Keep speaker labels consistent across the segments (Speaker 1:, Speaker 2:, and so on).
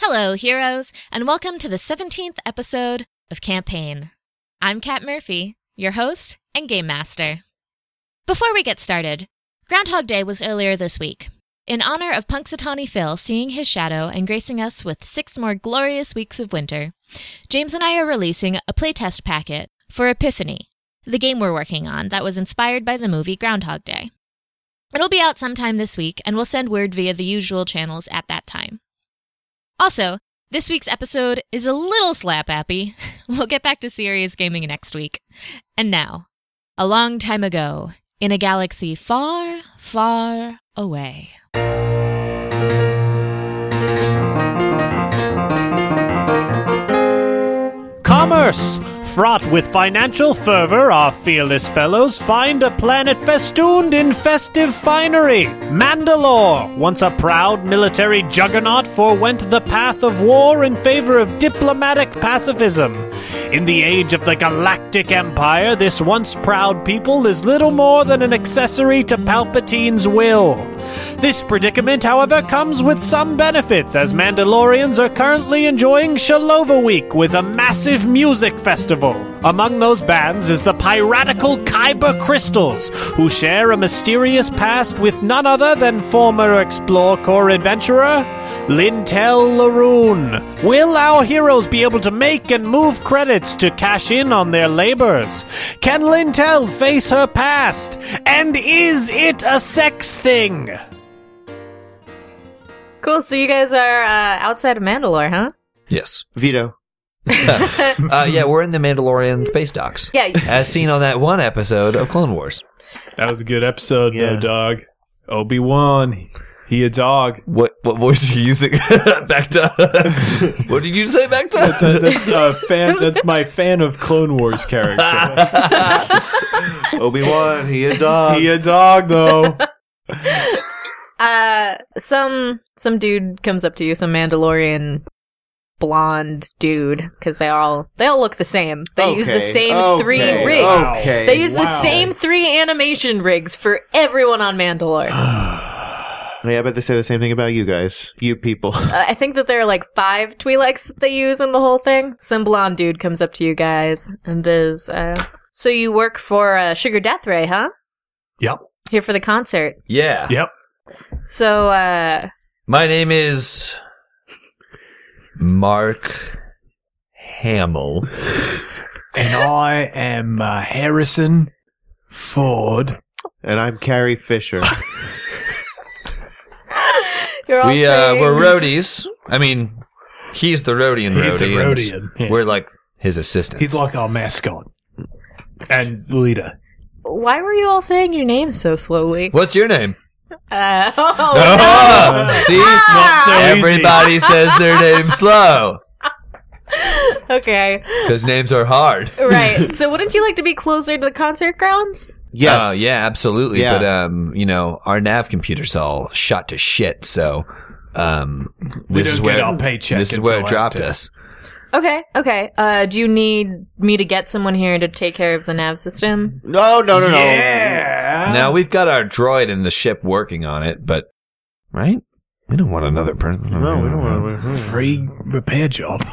Speaker 1: Hello, heroes, and welcome to the 17th episode of Campaign. I'm Kat Murphy, your host and game master. Before we get started, Groundhog Day was earlier this week. In honor of Punxsutawney Phil seeing his shadow and gracing us with six more glorious weeks of winter, James and I are releasing a playtest packet for Epiphany, the game we're working on that was inspired by the movie Groundhog Day. It'll be out sometime this week, and we'll send word via the usual channels at that time. Also, this week's episode is a little slap happy. We'll get back to serious gaming next week. And now, a long time ago, in a galaxy far, far away.
Speaker 2: Commerce! Fraught with financial fervor, our fearless fellows find a planet festooned in festive finery. Mandalore, once a proud military juggernaut, forwent the path of war in favor of diplomatic pacifism. In the age of the Galactic Empire, this once proud people is little more than an accessory to Palpatine's will. This predicament, however, comes with some benefits, as Mandalorians are currently enjoying Shalova Week with a massive music festival. Among those bands is the piratical Kyber Crystals, who share a mysterious past with none other than former Explore Corps adventurer Lintel Laroon. Will our heroes be able to make and move credits to cash in on their labors? Can Lintel face her past? And is it a sex thing?
Speaker 1: Cool, so you guys are uh, outside of Mandalore, huh?
Speaker 3: Yes.
Speaker 4: Veto.
Speaker 3: Uh,
Speaker 5: Hmm.
Speaker 3: yeah, we're in the Mandalorian space docks.
Speaker 1: Yeah.
Speaker 3: As seen on that one episode of Clone Wars.
Speaker 5: That was a good episode,
Speaker 4: Yeah.
Speaker 5: though, dog. Obi Wan, he a dog.
Speaker 3: What what voice are you using? back to what did you say? Back
Speaker 5: That's
Speaker 3: to
Speaker 5: a, that's a fan. That's my fan of Clone Wars character.
Speaker 4: Obi Wan, he a dog.
Speaker 5: he a dog though.
Speaker 6: Uh, some some dude comes up to you, some Mandalorian blonde dude, because they all they all look the same. They use the
Speaker 4: Okay,
Speaker 6: same
Speaker 4: okay,
Speaker 6: three rigs.
Speaker 4: Okay.
Speaker 6: They use
Speaker 5: wow.
Speaker 6: the same three animation rigs for everyone on Mandalore. uh,
Speaker 4: yeah, I bet they say the same thing about you guys, you people.
Speaker 6: Uh, I think that there are like five Twi'leks that they use in the whole thing. Some blonde dude comes up to you guys and is, uh, so you work for uh, Sugar Death Ray, huh?
Speaker 5: Yep.
Speaker 6: Here for the concert.
Speaker 3: yeah.
Speaker 5: Yep.
Speaker 6: So, uh,
Speaker 3: My name is Mark Hamill.
Speaker 5: And I am uh, Harrison Ford.
Speaker 4: and I'm Carrie Fisher.
Speaker 6: you're all
Speaker 3: We uh,
Speaker 6: saying-
Speaker 3: we're roadies. I mean, he's the Rodian
Speaker 5: He's a
Speaker 3: roadie. and
Speaker 5: Rodian, yeah.
Speaker 3: We're like his assistants.
Speaker 5: He's like our mascot and leader.
Speaker 6: Why were you all saying your name so slowly?
Speaker 3: What's your name?
Speaker 6: Uh,
Speaker 5: Oh,
Speaker 3: See,
Speaker 5: Not so
Speaker 3: everybody says their name slow
Speaker 6: okay.
Speaker 3: because names are hard.
Speaker 6: Right. So wouldn't you like to be closer to the concert grounds?
Speaker 4: yes.
Speaker 3: Oh, yeah, absolutely.
Speaker 4: Yeah.
Speaker 3: But um, you know, our nav computer's all shot to shit, so um
Speaker 5: We
Speaker 3: this
Speaker 5: don't
Speaker 3: is
Speaker 5: get
Speaker 3: where
Speaker 5: our paycheck
Speaker 3: this is
Speaker 5: until
Speaker 3: where it dropped
Speaker 5: after.
Speaker 3: us.
Speaker 6: Okay, okay. Uh, do you need me to get someone here to take care of the nav system?
Speaker 4: No, no, no, no.
Speaker 5: Yeah.
Speaker 3: now we've got our droid in the ship working on it, but right? We don't want another person.
Speaker 4: No, we don't want to.
Speaker 5: free repair job.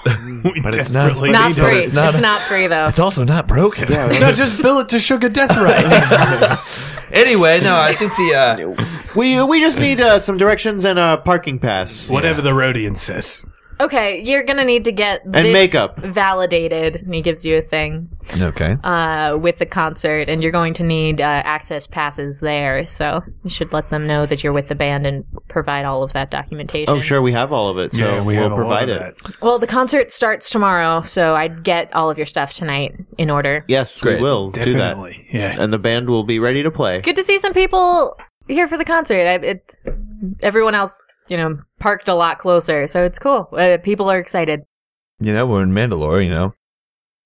Speaker 5: we
Speaker 3: But it's not-
Speaker 5: desperately
Speaker 3: But
Speaker 6: Not
Speaker 5: need
Speaker 3: you know,
Speaker 6: free.
Speaker 3: it's
Speaker 6: It's
Speaker 3: not-
Speaker 6: not, free though.
Speaker 3: It's also not broken.
Speaker 4: Yeah,
Speaker 5: No, just bill it to Sugar Death Ray.
Speaker 3: anyway, no, I think the uh
Speaker 4: we we just need uh, some directions and a parking pass.
Speaker 5: Whatever the Rodian says.
Speaker 6: Okay, you're gonna need to get this
Speaker 4: makeup.
Speaker 6: validated, and he gives you a thing
Speaker 3: Okay.
Speaker 6: uh, with the concert, and you're going to need uh, access passes there. So you should let them know that you're with the band and provide all of that documentation.
Speaker 4: Oh, sure, we have all of it, so we'll
Speaker 5: have a lot
Speaker 4: provide
Speaker 5: of
Speaker 4: it.
Speaker 5: that.
Speaker 6: Well, the concert starts tomorrow, so I'd get all of your stuff tonight in order.
Speaker 4: Yes,
Speaker 3: Great.
Speaker 4: we will
Speaker 5: Definitely.
Speaker 4: do
Speaker 5: Yeah.
Speaker 4: that, and the band will be ready to play.
Speaker 6: Good to see some people here for the concert. I, it's everyone else, you know, parked a lot closer, so it's cool. Uh, people are excited.
Speaker 3: You know, we're in Mandalore, you know.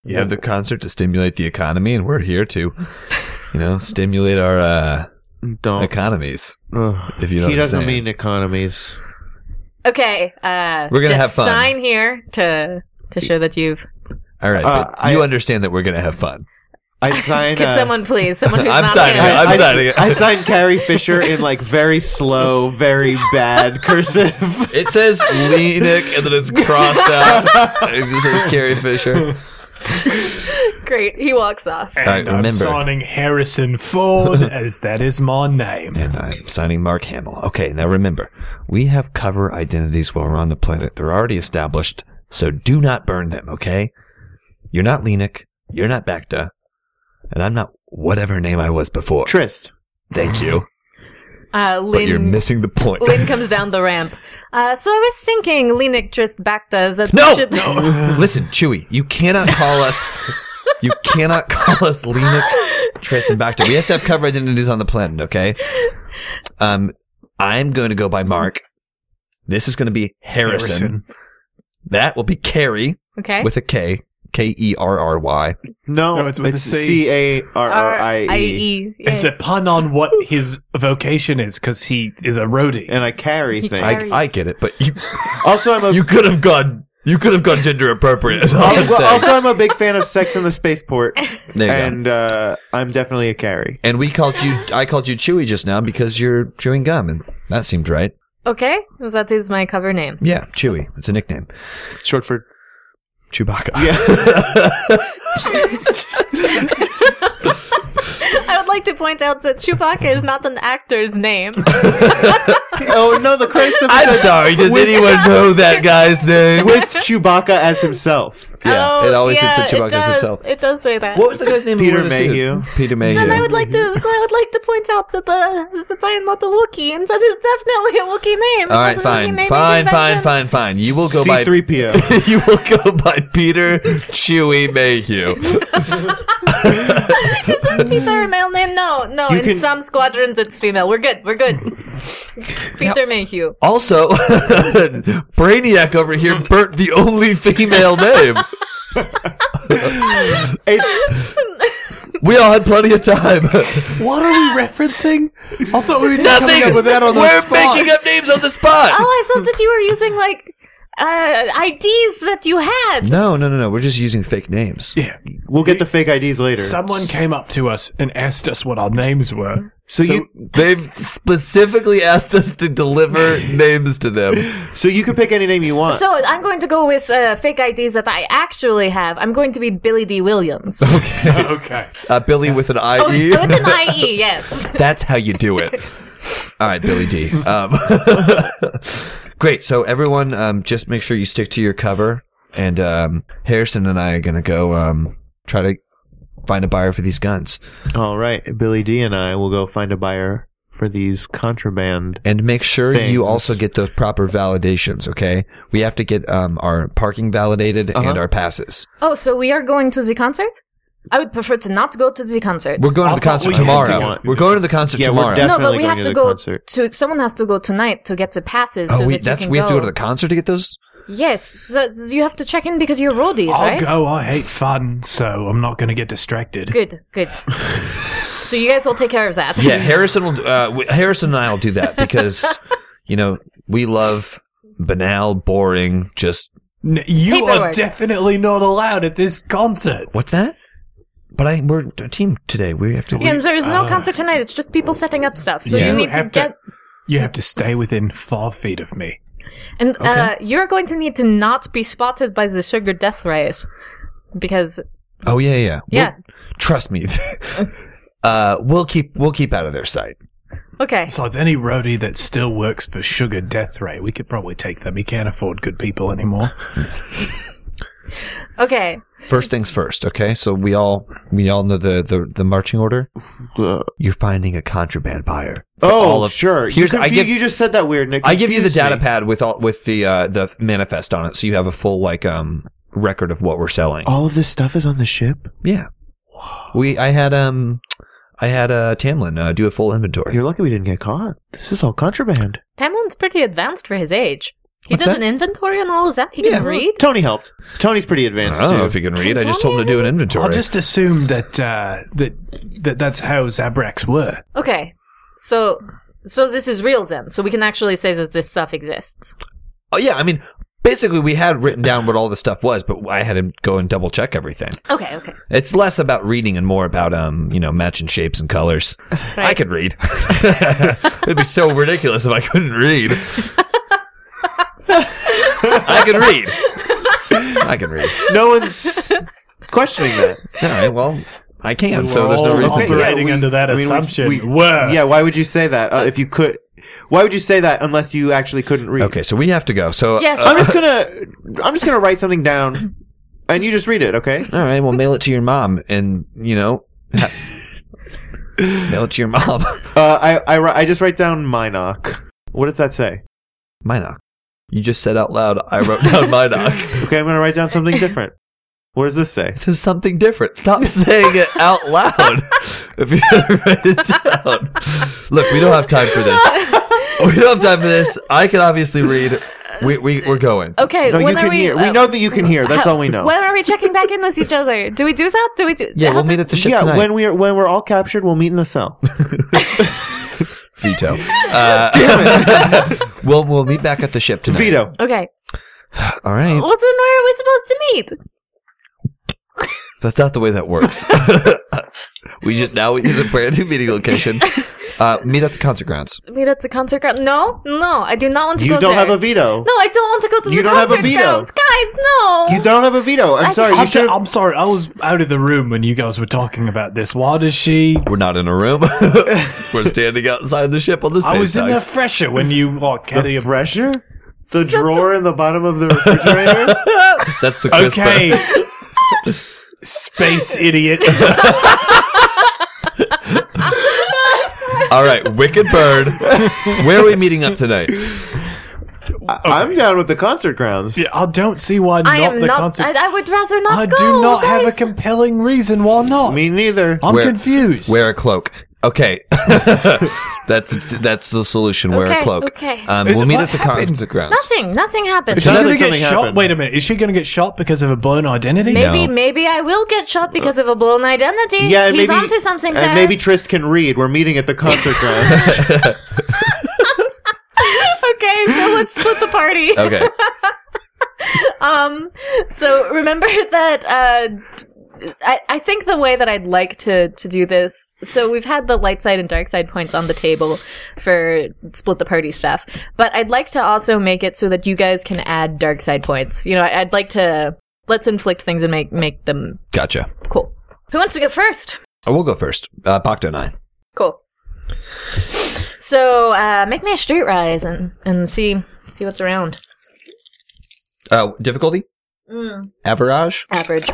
Speaker 3: You have the concert to stimulate the economy and we're here to you know, stimulate our uh
Speaker 4: Don't.
Speaker 3: economies.
Speaker 4: Ugh.
Speaker 3: If you know
Speaker 4: Oh.
Speaker 3: what
Speaker 4: he
Speaker 3: I'm
Speaker 4: doesn't
Speaker 3: saying.
Speaker 4: mean economies.
Speaker 6: Okay, uh,
Speaker 3: We're gonna
Speaker 6: just
Speaker 3: have fun.
Speaker 6: Sign here to to show that you've.
Speaker 3: All right,
Speaker 4: Uh,
Speaker 3: but
Speaker 4: I-
Speaker 3: you understand that we're gonna have fun.
Speaker 4: I sign.
Speaker 6: Could
Speaker 4: uh,
Speaker 6: someone please, someone who's
Speaker 3: I'm
Speaker 6: not
Speaker 3: signing
Speaker 6: Anna.
Speaker 3: it. I'm
Speaker 4: I,
Speaker 3: signing it.
Speaker 4: I sign Carrie Fisher in like very slow, very bad cursive.
Speaker 3: It says Leenick and then it's crossed out. It just says Carrie Fisher.
Speaker 6: Great. He walks off.
Speaker 3: All right,
Speaker 5: I'm
Speaker 3: remember.
Speaker 5: signing Harrison Ford as that is my name.
Speaker 3: And I'm signing Mark Hamill. Okay, now remember, we have cover identities while we're on the planet. They're already established, so do not burn them, okay? You're not Leenick, you're not Bacta, and I'm not whatever name I was before.
Speaker 4: Trist.
Speaker 3: Thank you.
Speaker 6: Uh,
Speaker 3: But you're
Speaker 6: Lynn,
Speaker 3: missing the point.
Speaker 6: Lynn comes down the ramp. Uh, so I was thinking, Lenik just backed us. That
Speaker 3: No!
Speaker 6: should-
Speaker 3: no! Listen, Chewy, you cannot call us. You cannot call us Lenik, Tristan Bacter. We have to have cover identities on the planet, okay? Um, I'm going to go by Mark. This is going to be Harrison. That will be Carrie
Speaker 6: Okay.
Speaker 3: with a K. K E R R Y.
Speaker 4: No,
Speaker 5: No, it's with a C.
Speaker 4: C A R R I E.
Speaker 6: R-I-E. Yeah.
Speaker 5: It's a pun on what his vocation is because he is a roadie.
Speaker 4: And I carry
Speaker 6: He
Speaker 4: thing.
Speaker 3: I,
Speaker 6: Carrie.
Speaker 3: I get it, but you,
Speaker 4: also, I'm a
Speaker 3: you could have gone. You could have gone gender appropriate. Is all I'm
Speaker 4: well,
Speaker 3: saying.
Speaker 4: also I'm a big fan of Sex in the Spaceport,
Speaker 3: there you go.
Speaker 4: and uh, I'm definitely a carry.
Speaker 3: And we called you. I called you Chewy just now because you're chewing gum, and that seemed right.
Speaker 6: Okay, that is my cover name.
Speaker 3: Yeah, Chewy. It's a nickname.
Speaker 4: Short for
Speaker 3: Chewbacca.
Speaker 4: yeah.
Speaker 6: I would like to point out that Chewbacca is not an actor's name.
Speaker 4: oh no, the Christ of
Speaker 3: I'm sorry. Does anyone know that guy's name?
Speaker 4: with Chewbacca as himself.
Speaker 3: Yeah,
Speaker 6: Oh,
Speaker 3: it always
Speaker 6: yeah,
Speaker 3: hits a Chewbacca
Speaker 6: it does.
Speaker 3: himself.
Speaker 6: It does say that.
Speaker 3: What Mm-hmm. was the guy's name?
Speaker 4: Peter
Speaker 3: who wore the suit?
Speaker 4: Mayhew.
Speaker 3: Peter Mayhew.
Speaker 6: And I would like to. I would like to point out that the that I am not a Wookiee, and that is definitely a Wookiee name.
Speaker 3: All right,
Speaker 6: That's a Wookiee
Speaker 3: fine,
Speaker 6: name
Speaker 3: fine,
Speaker 6: in
Speaker 3: fine,
Speaker 6: convention.
Speaker 3: fine, fine. You will go by
Speaker 4: C3PO.
Speaker 3: you will go by Peter Chewy Mayhew.
Speaker 6: Isn't Peter a male name? No, no.
Speaker 4: You
Speaker 6: in
Speaker 4: can-
Speaker 6: some squadrons, it's female. We're good. We're good. Peter Mayhew.
Speaker 3: Also, Brainiac over here burnt the only female name.
Speaker 4: It's
Speaker 3: We all had plenty of time.
Speaker 5: What are we referencing? I thought we were just
Speaker 3: Nothing. We're making up names on the spot.
Speaker 6: Oh, I thought that you were using like uh, IDs that you had.
Speaker 3: No, no, no, no. We're just using fake names.
Speaker 5: Yeah.
Speaker 4: we'll get the fake IDs later.
Speaker 5: Someone came up to us and asked us what our names were.
Speaker 4: so, you
Speaker 3: They've specifically asked us to deliver names to them.
Speaker 4: so you can pick any name you
Speaker 3: Uh,
Speaker 4: want.
Speaker 6: So I'm going to go with uh, fake IDs that I actually have. I'm going to be Billy D. Williams. with
Speaker 5: okay.
Speaker 3: Uh, Billy with an IE.
Speaker 6: Oh, an IE, yes.
Speaker 3: That's how you do it. All right, Billy D. Um, great. So everyone, um, just make sure you stick to your cover. And um, Harrison and I are gonna go um, try to find a buyer for these guns
Speaker 4: All right, Billy D and I will go find a buyer for these contraband.
Speaker 3: and make sure
Speaker 4: Things.
Speaker 3: you also get those proper validations. Okay, we have to get um, our parking validated and
Speaker 4: Uh-huh.
Speaker 3: our passes.
Speaker 6: Oh, so we are going to the concert? I would prefer to not go to the concert.
Speaker 3: We're going to
Speaker 5: I
Speaker 3: the
Speaker 5: thought
Speaker 3: concert
Speaker 5: we had to
Speaker 3: tomorrow.
Speaker 5: go.
Speaker 3: We're going to the concert
Speaker 4: Yeah, we're
Speaker 3: tomorrow.
Speaker 4: def-
Speaker 6: no, but
Speaker 4: definitely
Speaker 6: we have
Speaker 4: going to
Speaker 6: to
Speaker 4: the
Speaker 6: go
Speaker 4: concert.
Speaker 6: to. Someone has to go tonight to get the passes. so
Speaker 3: oh, we,
Speaker 6: that you
Speaker 3: that's
Speaker 6: can
Speaker 3: we have
Speaker 6: go.
Speaker 3: to go to the concert to get those.
Speaker 6: Yes, so you have to check in because you're roadies,
Speaker 3: Oh,
Speaker 5: I'll
Speaker 6: right?
Speaker 5: go. I hate fun, so I'm not going to get distracted.
Speaker 6: Good, good. so you guys will take care of that.
Speaker 3: Yeah, Harrison will. Uh, we- Harrison and I will do that because you know we love banal, boring. Just
Speaker 5: N- you are
Speaker 6: Paperwork.
Speaker 5: definitely not allowed at this concert.
Speaker 3: what's that? But I we're a team today. We have to.
Speaker 6: And there's no concert tonight. It's just people setting up stuff. So
Speaker 3: Yeah.
Speaker 6: you
Speaker 3: You
Speaker 6: need to
Speaker 5: have to-
Speaker 6: get.
Speaker 5: You have to stay within five feet of me.
Speaker 6: And uh, you're going to need to not be spotted by the sugar death rays. Because,
Speaker 3: oh yeah, yeah. We'll-
Speaker 6: yeah.
Speaker 3: trust me. uh, we'll keep we'll keep out of their sight.
Speaker 6: Okay.
Speaker 5: Besides, any roadie that still works for Sugar Death Ray, we could probably take them. He can't afford good people anymore.
Speaker 6: Okay.
Speaker 3: First things first. Okay, so we all we all know the the, the marching order.
Speaker 4: Uh,
Speaker 3: You're finding a contraband buyer. for all
Speaker 4: oh,
Speaker 3: of-
Speaker 4: sure.
Speaker 3: Here's
Speaker 4: you,
Speaker 3: I
Speaker 4: confuse-
Speaker 3: give
Speaker 4: you just said that weird. Nick.
Speaker 3: I give you the
Speaker 4: Confused
Speaker 3: data
Speaker 4: me.
Speaker 3: pad with all with the uh, the manifest on it, so you have a full like um record of what we're selling.
Speaker 4: All of this stuff is on the ship.
Speaker 3: Yeah. We I had um I had uh Tamlin uh, do a full inventory.
Speaker 4: You're lucky we didn't get caught. This is all contraband.
Speaker 6: Tamlin's pretty advanced for his age. He
Speaker 3: What's
Speaker 6: did
Speaker 3: that?
Speaker 6: an inventory on all of that. He
Speaker 3: Yeah.
Speaker 6: can read.
Speaker 4: Uh, Tony helped. Tony's pretty advanced
Speaker 3: I don't know
Speaker 4: too.
Speaker 3: if you can read. I just told him to do an inventory.
Speaker 5: I'll just assume that uh, that that that's how Zabrax were.
Speaker 6: Okay. So, so this is real then. So we can actually say that this stuff exists.
Speaker 3: oh yeah, I mean basically we had written down what all the stuff was, but I had to go and double check everything.
Speaker 6: Okay, okay.
Speaker 3: It's less about reading and more about um, you know, matching shapes and colors. I could read. It'd be so ridiculous if I couldn't read. I can read. I can read.
Speaker 4: No one's questioning that.
Speaker 3: All right, well, I can, so there's no
Speaker 2: all
Speaker 3: reason.
Speaker 2: okay.
Speaker 3: to
Speaker 2: operating under that
Speaker 4: we've-
Speaker 2: assumption. Whoa.
Speaker 4: Yeah, why would you say that uh, if you could? Why would you say that unless you actually couldn't read?
Speaker 3: Okay, so we have to go. So
Speaker 6: Yes.
Speaker 4: I'm just gonna I'm just gonna write something down, and you just read it. Okay.
Speaker 3: All right, well, mail it to your mom, and you know, ha- mail it to your mom.
Speaker 4: Uh, I I wri- I just write down Minoc. What does that say?
Speaker 3: my knock. You just said out loud. I wrote down my knock.
Speaker 4: Okay, I'm gonna write down something different. What does this say?
Speaker 3: It says something different. Stop saying it out loud. if you are write it down, look, we don't have time for this. We don't have time for this. I can obviously read. We we we're going.
Speaker 6: Okay,
Speaker 4: No, you
Speaker 6: when are
Speaker 4: can
Speaker 6: we?
Speaker 4: hear. We
Speaker 6: uh,
Speaker 4: know that you can hear. That's
Speaker 6: how-
Speaker 4: all we know.
Speaker 6: When are we checking back in with each other? Do we do that? Do we do?
Speaker 3: Yeah,
Speaker 6: how
Speaker 3: we'll
Speaker 6: do-
Speaker 3: meet at the ship
Speaker 4: yeah,
Speaker 3: tonight.
Speaker 4: when we're when we're all captured, we'll meet in the cell.
Speaker 3: Veto. Uh, Damn it. we'll we'll meet back at the ship tonight.
Speaker 4: Veto.
Speaker 6: Okay.
Speaker 3: All right.
Speaker 6: Well, then where are we supposed to meet?
Speaker 3: That's not the way that works. we just now we need a brand new meeting location. Uh, meet at the concert grounds.
Speaker 6: Meet at the concert ground? No, no, I do not want to
Speaker 4: You
Speaker 6: go
Speaker 4: don't
Speaker 6: there.
Speaker 4: have a veto.
Speaker 6: No, I don't want to go to
Speaker 4: You
Speaker 6: the
Speaker 4: don't have a
Speaker 6: concert
Speaker 4: veto.
Speaker 6: grounds, guys. No.
Speaker 4: You don't have a veto. I'm sorry. You
Speaker 5: I'm,
Speaker 4: should.
Speaker 5: so- I'm sorry, I was out of the room when you guys were talking about this. Why does she?
Speaker 3: We're not in a room. We're standing outside the ship on the space
Speaker 5: I was in the
Speaker 3: docks.
Speaker 5: fresher when you what?
Speaker 4: The
Speaker 5: Caddy
Speaker 4: fresher. The drawer in the bottom of the refrigerator.
Speaker 3: That's the crisper.
Speaker 5: Okay. Space idiot.
Speaker 3: All right, Wicked Bird. Where are we meeting up tonight?
Speaker 4: I- I'm down with the concert grounds.
Speaker 5: Yeah, I don't see why
Speaker 6: I
Speaker 5: not
Speaker 6: am
Speaker 5: the
Speaker 6: not.
Speaker 5: concert.
Speaker 6: I, I would rather not
Speaker 5: I
Speaker 6: go.
Speaker 5: do not
Speaker 6: guys.
Speaker 5: have a compelling reason why not.
Speaker 4: Me neither.
Speaker 5: I'm
Speaker 3: Where-
Speaker 5: confused.
Speaker 3: Wear a cloak. Okay, that's that's the solution. Wear
Speaker 6: Okay,
Speaker 3: a cloak.
Speaker 6: okay.
Speaker 3: Um,
Speaker 5: Is
Speaker 3: we'll
Speaker 5: it-
Speaker 3: meet
Speaker 5: what
Speaker 3: at the
Speaker 5: happened?
Speaker 3: concert grounds.
Speaker 6: Nothing. Nothing happened.
Speaker 5: Is she
Speaker 4: Sounds
Speaker 5: gonna
Speaker 4: like
Speaker 5: get
Speaker 4: something
Speaker 5: shot?
Speaker 4: happened.
Speaker 5: Wait a minute. Is she gonna get shot because of a blown identity?
Speaker 6: Maybe,
Speaker 3: No.
Speaker 6: maybe I will get shot because of a blown identity.
Speaker 4: Yeah, and
Speaker 6: he's
Speaker 4: maybe
Speaker 6: onto something
Speaker 4: And
Speaker 6: there.
Speaker 4: maybe Trist can read. We're meeting at the concert grounds.
Speaker 6: okay, so let's split the party.
Speaker 3: Okay.
Speaker 6: Um, so remember that, uh, d- I, I think the way that I'd like to, to do this, so we've had the light side and dark side points on the table for split the party stuff, but I'd like to also make it so that you guys can add dark side points. You know, I, I'd like to, let's inflict things and make, make them
Speaker 3: Gotcha.
Speaker 6: cool. Who wants to go first?
Speaker 3: I will go first. Uh, Bacto nine.
Speaker 6: Cool. So, uh, make me a street rise and, and see, see what's around.
Speaker 3: Uh, difficulty.
Speaker 6: Mm.
Speaker 3: Average.
Speaker 6: Average.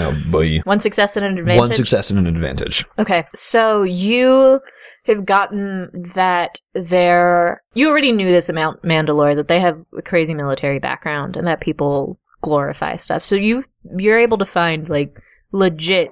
Speaker 3: Oh boy.
Speaker 6: One success and an advantage.
Speaker 3: One success and an advantage.
Speaker 6: Okay, so you have gotten that they're. You already knew this about Mandalore that they have a crazy military background and that people glorify stuff. So you you're able to find like legit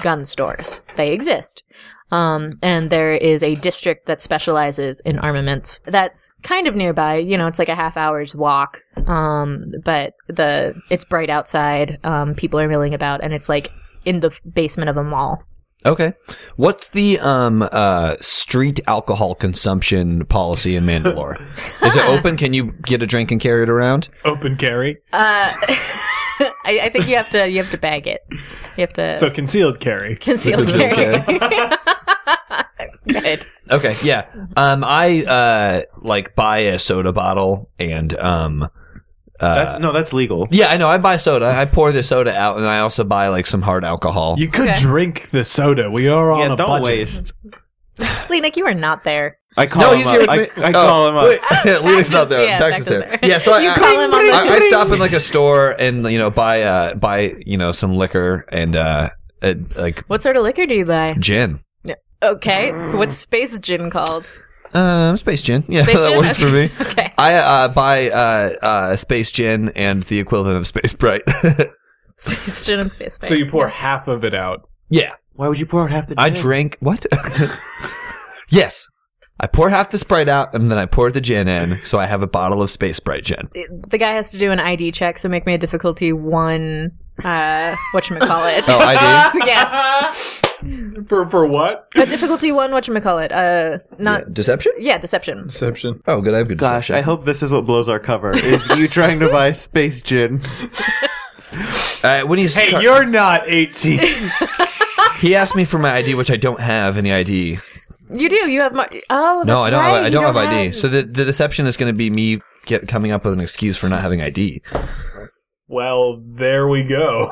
Speaker 6: gun stores. They exist. Um, and there is a district that specializes in armaments that's kind of nearby. You know, it's like a half hour's walk. Um, but the, it's bright outside. Um, people are milling about and it's like in the f- basement of a mall.
Speaker 3: Okay. What's the um uh street alcohol consumption policy in Mandalore? Is it open? Can you get a drink and carry it around?
Speaker 5: Open carry.
Speaker 6: Uh, I, I think you have to you have to bag it. You have to
Speaker 5: So concealed carry.
Speaker 6: conceal
Speaker 3: Conceal
Speaker 6: carry. Good.
Speaker 3: Okay, yeah. Um I uh like buy a soda bottle and um
Speaker 4: that's no, that's legal.
Speaker 3: yeah, I know. I buy soda. I pour the soda out, and I also buy like some hard alcohol.
Speaker 5: You could
Speaker 6: Okay.
Speaker 5: drink the soda. We are on
Speaker 4: Yeah,
Speaker 5: a budget.
Speaker 4: don't waste.
Speaker 6: Lenik, you are not there.
Speaker 4: I call him up. I, I
Speaker 3: Oh,
Speaker 4: call him up.
Speaker 3: Linux
Speaker 6: Baxter's-
Speaker 3: not there.
Speaker 6: yeah,
Speaker 3: Baxter's
Speaker 6: Baxter's
Speaker 3: there.
Speaker 6: there.
Speaker 3: Yeah, so I,
Speaker 6: You
Speaker 3: I-
Speaker 6: call him on the-
Speaker 3: I, I stop in like a store and you know buy uh buy you know some liquor and uh, uh like
Speaker 6: What sort of liquor do you buy?
Speaker 3: gin.
Speaker 6: Okay, what's space gin called?
Speaker 3: Um, space gin. Yeah,
Speaker 6: Space
Speaker 3: that
Speaker 6: gin?
Speaker 3: works for me.
Speaker 6: Okay.
Speaker 3: I uh, buy uh, uh, space gin and the equivalent of space bright.
Speaker 6: Space gin and space.
Speaker 5: So you pour half of it out.
Speaker 3: yeah,
Speaker 4: Why would you pour out half the?
Speaker 3: I drank what? yes, I pour half the sprite out and then I pour the gin in, so I have a bottle of space bright gin.
Speaker 6: the guy has to do an ID check, so make me a difficulty one uh, whatchamacallit.
Speaker 3: Oh, I
Speaker 6: do. yeah.
Speaker 7: for for what?
Speaker 6: But difficulty one, whatchamacallit. Uh, not,
Speaker 3: Yeah, deception.
Speaker 6: yeah, deception.
Speaker 7: Deception.
Speaker 3: Oh, good. I have good.
Speaker 4: Gosh,
Speaker 3: deception.
Speaker 4: I hope this is what blows our cover. Is you trying to buy space gin?
Speaker 3: Uh, when he's
Speaker 2: Hey, you're not 18.
Speaker 3: he asked me for my ID, which I don't have any ID.
Speaker 6: You do. You have my. Oh, that's
Speaker 3: no, I don't.
Speaker 6: right,
Speaker 3: Have, I
Speaker 6: you
Speaker 3: don't, have, ID. So the the deception is going to be me get coming up with an excuse for not having ID.
Speaker 7: Well, there we go.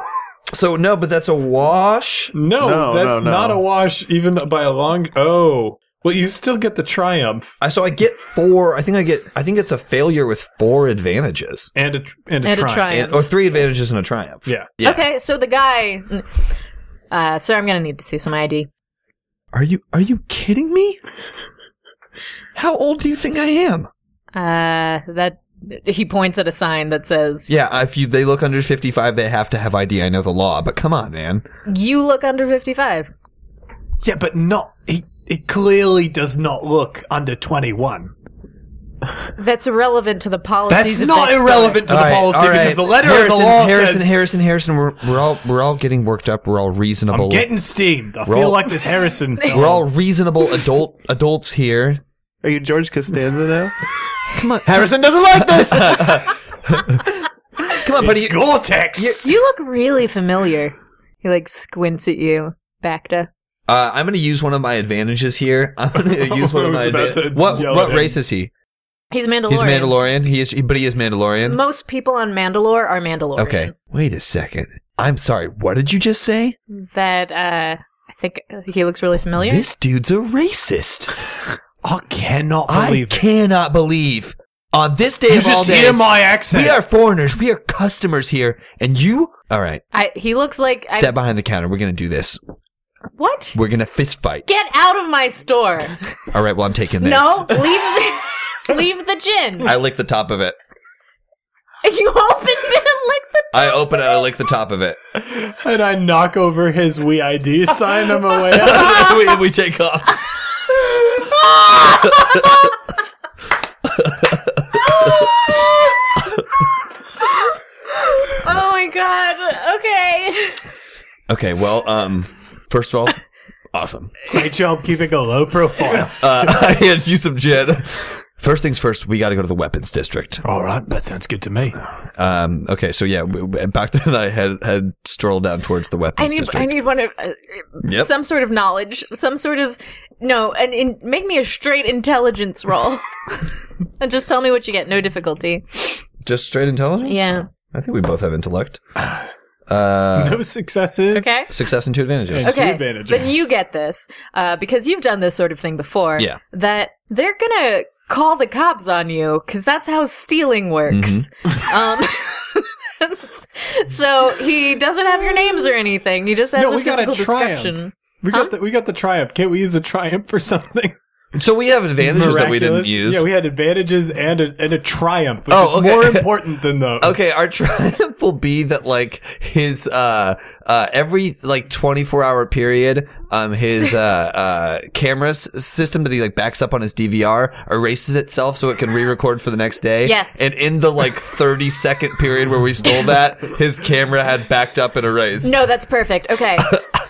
Speaker 3: So no, but that's a wash.
Speaker 7: No,
Speaker 4: No,
Speaker 7: that's
Speaker 4: no, no.
Speaker 7: not a wash, even by a long. Oh, well, you still get the triumph
Speaker 3: I so I get four. I think I get. I think it's a failure with four advantages,
Speaker 7: and a tr- and a,
Speaker 6: And a
Speaker 7: triumph.
Speaker 6: triumph.
Speaker 3: and, or three advantages and a triumph.
Speaker 7: Yeah.
Speaker 3: Yeah.
Speaker 6: Okay, so the guy. Uh, sir, I'm gonna need to see some ID.
Speaker 3: Are you Are you kidding me? How old do you think I am?
Speaker 6: Uh, that he points at a sign that says,
Speaker 3: Yeah, if you they look under fifty five, they have to have ID. I know the law, but come on, man.
Speaker 6: "You look under 55."
Speaker 5: Yeah, but not. He, he clearly does not look under 21.
Speaker 6: That's irrelevant to the policies.
Speaker 5: That's
Speaker 6: of
Speaker 5: not
Speaker 6: this
Speaker 5: irrelevant to the
Speaker 3: All right,
Speaker 5: policy
Speaker 3: all
Speaker 5: because
Speaker 3: right.
Speaker 5: the letter
Speaker 3: Harrison,
Speaker 5: of the law
Speaker 3: Harrison,
Speaker 5: says.
Speaker 3: Harrison, Harrison, we're, we're all we're all getting worked up. We're all reasonable.
Speaker 5: I'm getting steamed. I
Speaker 3: Roll.
Speaker 5: feel like this Harrison.
Speaker 3: We're all reasonable adult adults here.
Speaker 4: Are you George Costanza now? Come on, Harrison doesn't like this.
Speaker 3: Come on, buddy.
Speaker 5: It's Gore-Tex.
Speaker 6: story. You look really familiar. He like squints at you, Bacta.
Speaker 3: Uh, I'm going to use one of my advantages here. I'm going to use one
Speaker 7: I
Speaker 3: of my
Speaker 7: was about
Speaker 3: advantages.
Speaker 7: to
Speaker 3: What
Speaker 7: yell
Speaker 3: what
Speaker 7: at him.
Speaker 3: race is he?
Speaker 6: He's Mandalorian.
Speaker 3: He's Mandalorian. He is, but he is Mandalorian.
Speaker 6: Most people on Mandalore are Mandalorian.
Speaker 3: Okay. Wait a second. I'm sorry. What did you just say?
Speaker 6: That uh, I think he looks really familiar.
Speaker 3: This dude's a racist.
Speaker 5: I cannot
Speaker 3: I
Speaker 5: believe it.
Speaker 3: cannot believe on this day
Speaker 5: You
Speaker 3: of all
Speaker 5: just hear
Speaker 3: days.
Speaker 5: my accent.
Speaker 3: we are foreigners. We are customers here, and you. All right.
Speaker 6: I, he looks like
Speaker 3: Step behind the counter. We're going to do this.
Speaker 6: I, what?
Speaker 3: We're going to fist fight.
Speaker 6: Get out of my store.
Speaker 3: All right. Well, I'm taking this.
Speaker 6: No, leave the, leave the gin.
Speaker 3: I lick the top of it.
Speaker 6: You opened it like the
Speaker 3: I open it. I lick the top of it.
Speaker 7: And I knock over his Wii ID sign him away.
Speaker 3: we, we take off.
Speaker 6: Oh my god. Okay.
Speaker 3: Okay, well, um, first of all, awesome.
Speaker 5: Great job keeping a low profile.
Speaker 3: Uh, I hand you some gin. First things first, we got to go to the weapons district.
Speaker 7: Oh.
Speaker 5: All right, that sounds good to me.
Speaker 3: Um, okay, so yeah, we, we- Bacta and I had had strolled down towards the
Speaker 6: I
Speaker 3: weapons
Speaker 6: need
Speaker 3: district.
Speaker 6: I need one of uh,
Speaker 3: Yep.
Speaker 6: some sort of knowledge, some sort of no, and in, make me a straight intelligence roll. and just tell me what you get. No difficulty.
Speaker 3: Just straight intelligence.
Speaker 6: Yeah.
Speaker 3: I think we both have intellect. Uh,
Speaker 7: no successes.
Speaker 6: Okay.
Speaker 3: success and two advantages.
Speaker 7: Two
Speaker 6: Okay.
Speaker 7: advantages.
Speaker 6: But you get this uh, because you've done this sort of thing before.
Speaker 3: Yeah.
Speaker 6: That they're gonna call the cops on you because that's how stealing works.
Speaker 3: Mm-hmm.
Speaker 6: Um, so he doesn't have your names or anything. He just has
Speaker 7: No,
Speaker 6: a
Speaker 7: we got a
Speaker 6: physical
Speaker 7: triumph.
Speaker 6: description.
Speaker 7: We got the we got the triumph. Can't we use a triumph for something?
Speaker 3: So we have advantages that we didn't
Speaker 7: miraculous?
Speaker 3: use.
Speaker 7: Yeah, we had advantages and a, and a triumph, which
Speaker 3: Oh,
Speaker 7: is
Speaker 3: okay.
Speaker 7: more important than those.
Speaker 3: Okay, our triumph will be that like his uh uh every like 24 hour period um his uh uh camera s- system that he like backs up on his DVR erases itself so it can re-record for the next day.
Speaker 6: Yes.
Speaker 3: And in the like 30 second period where we stole that, his camera had backed up and erased.
Speaker 6: No, that's perfect. Okay.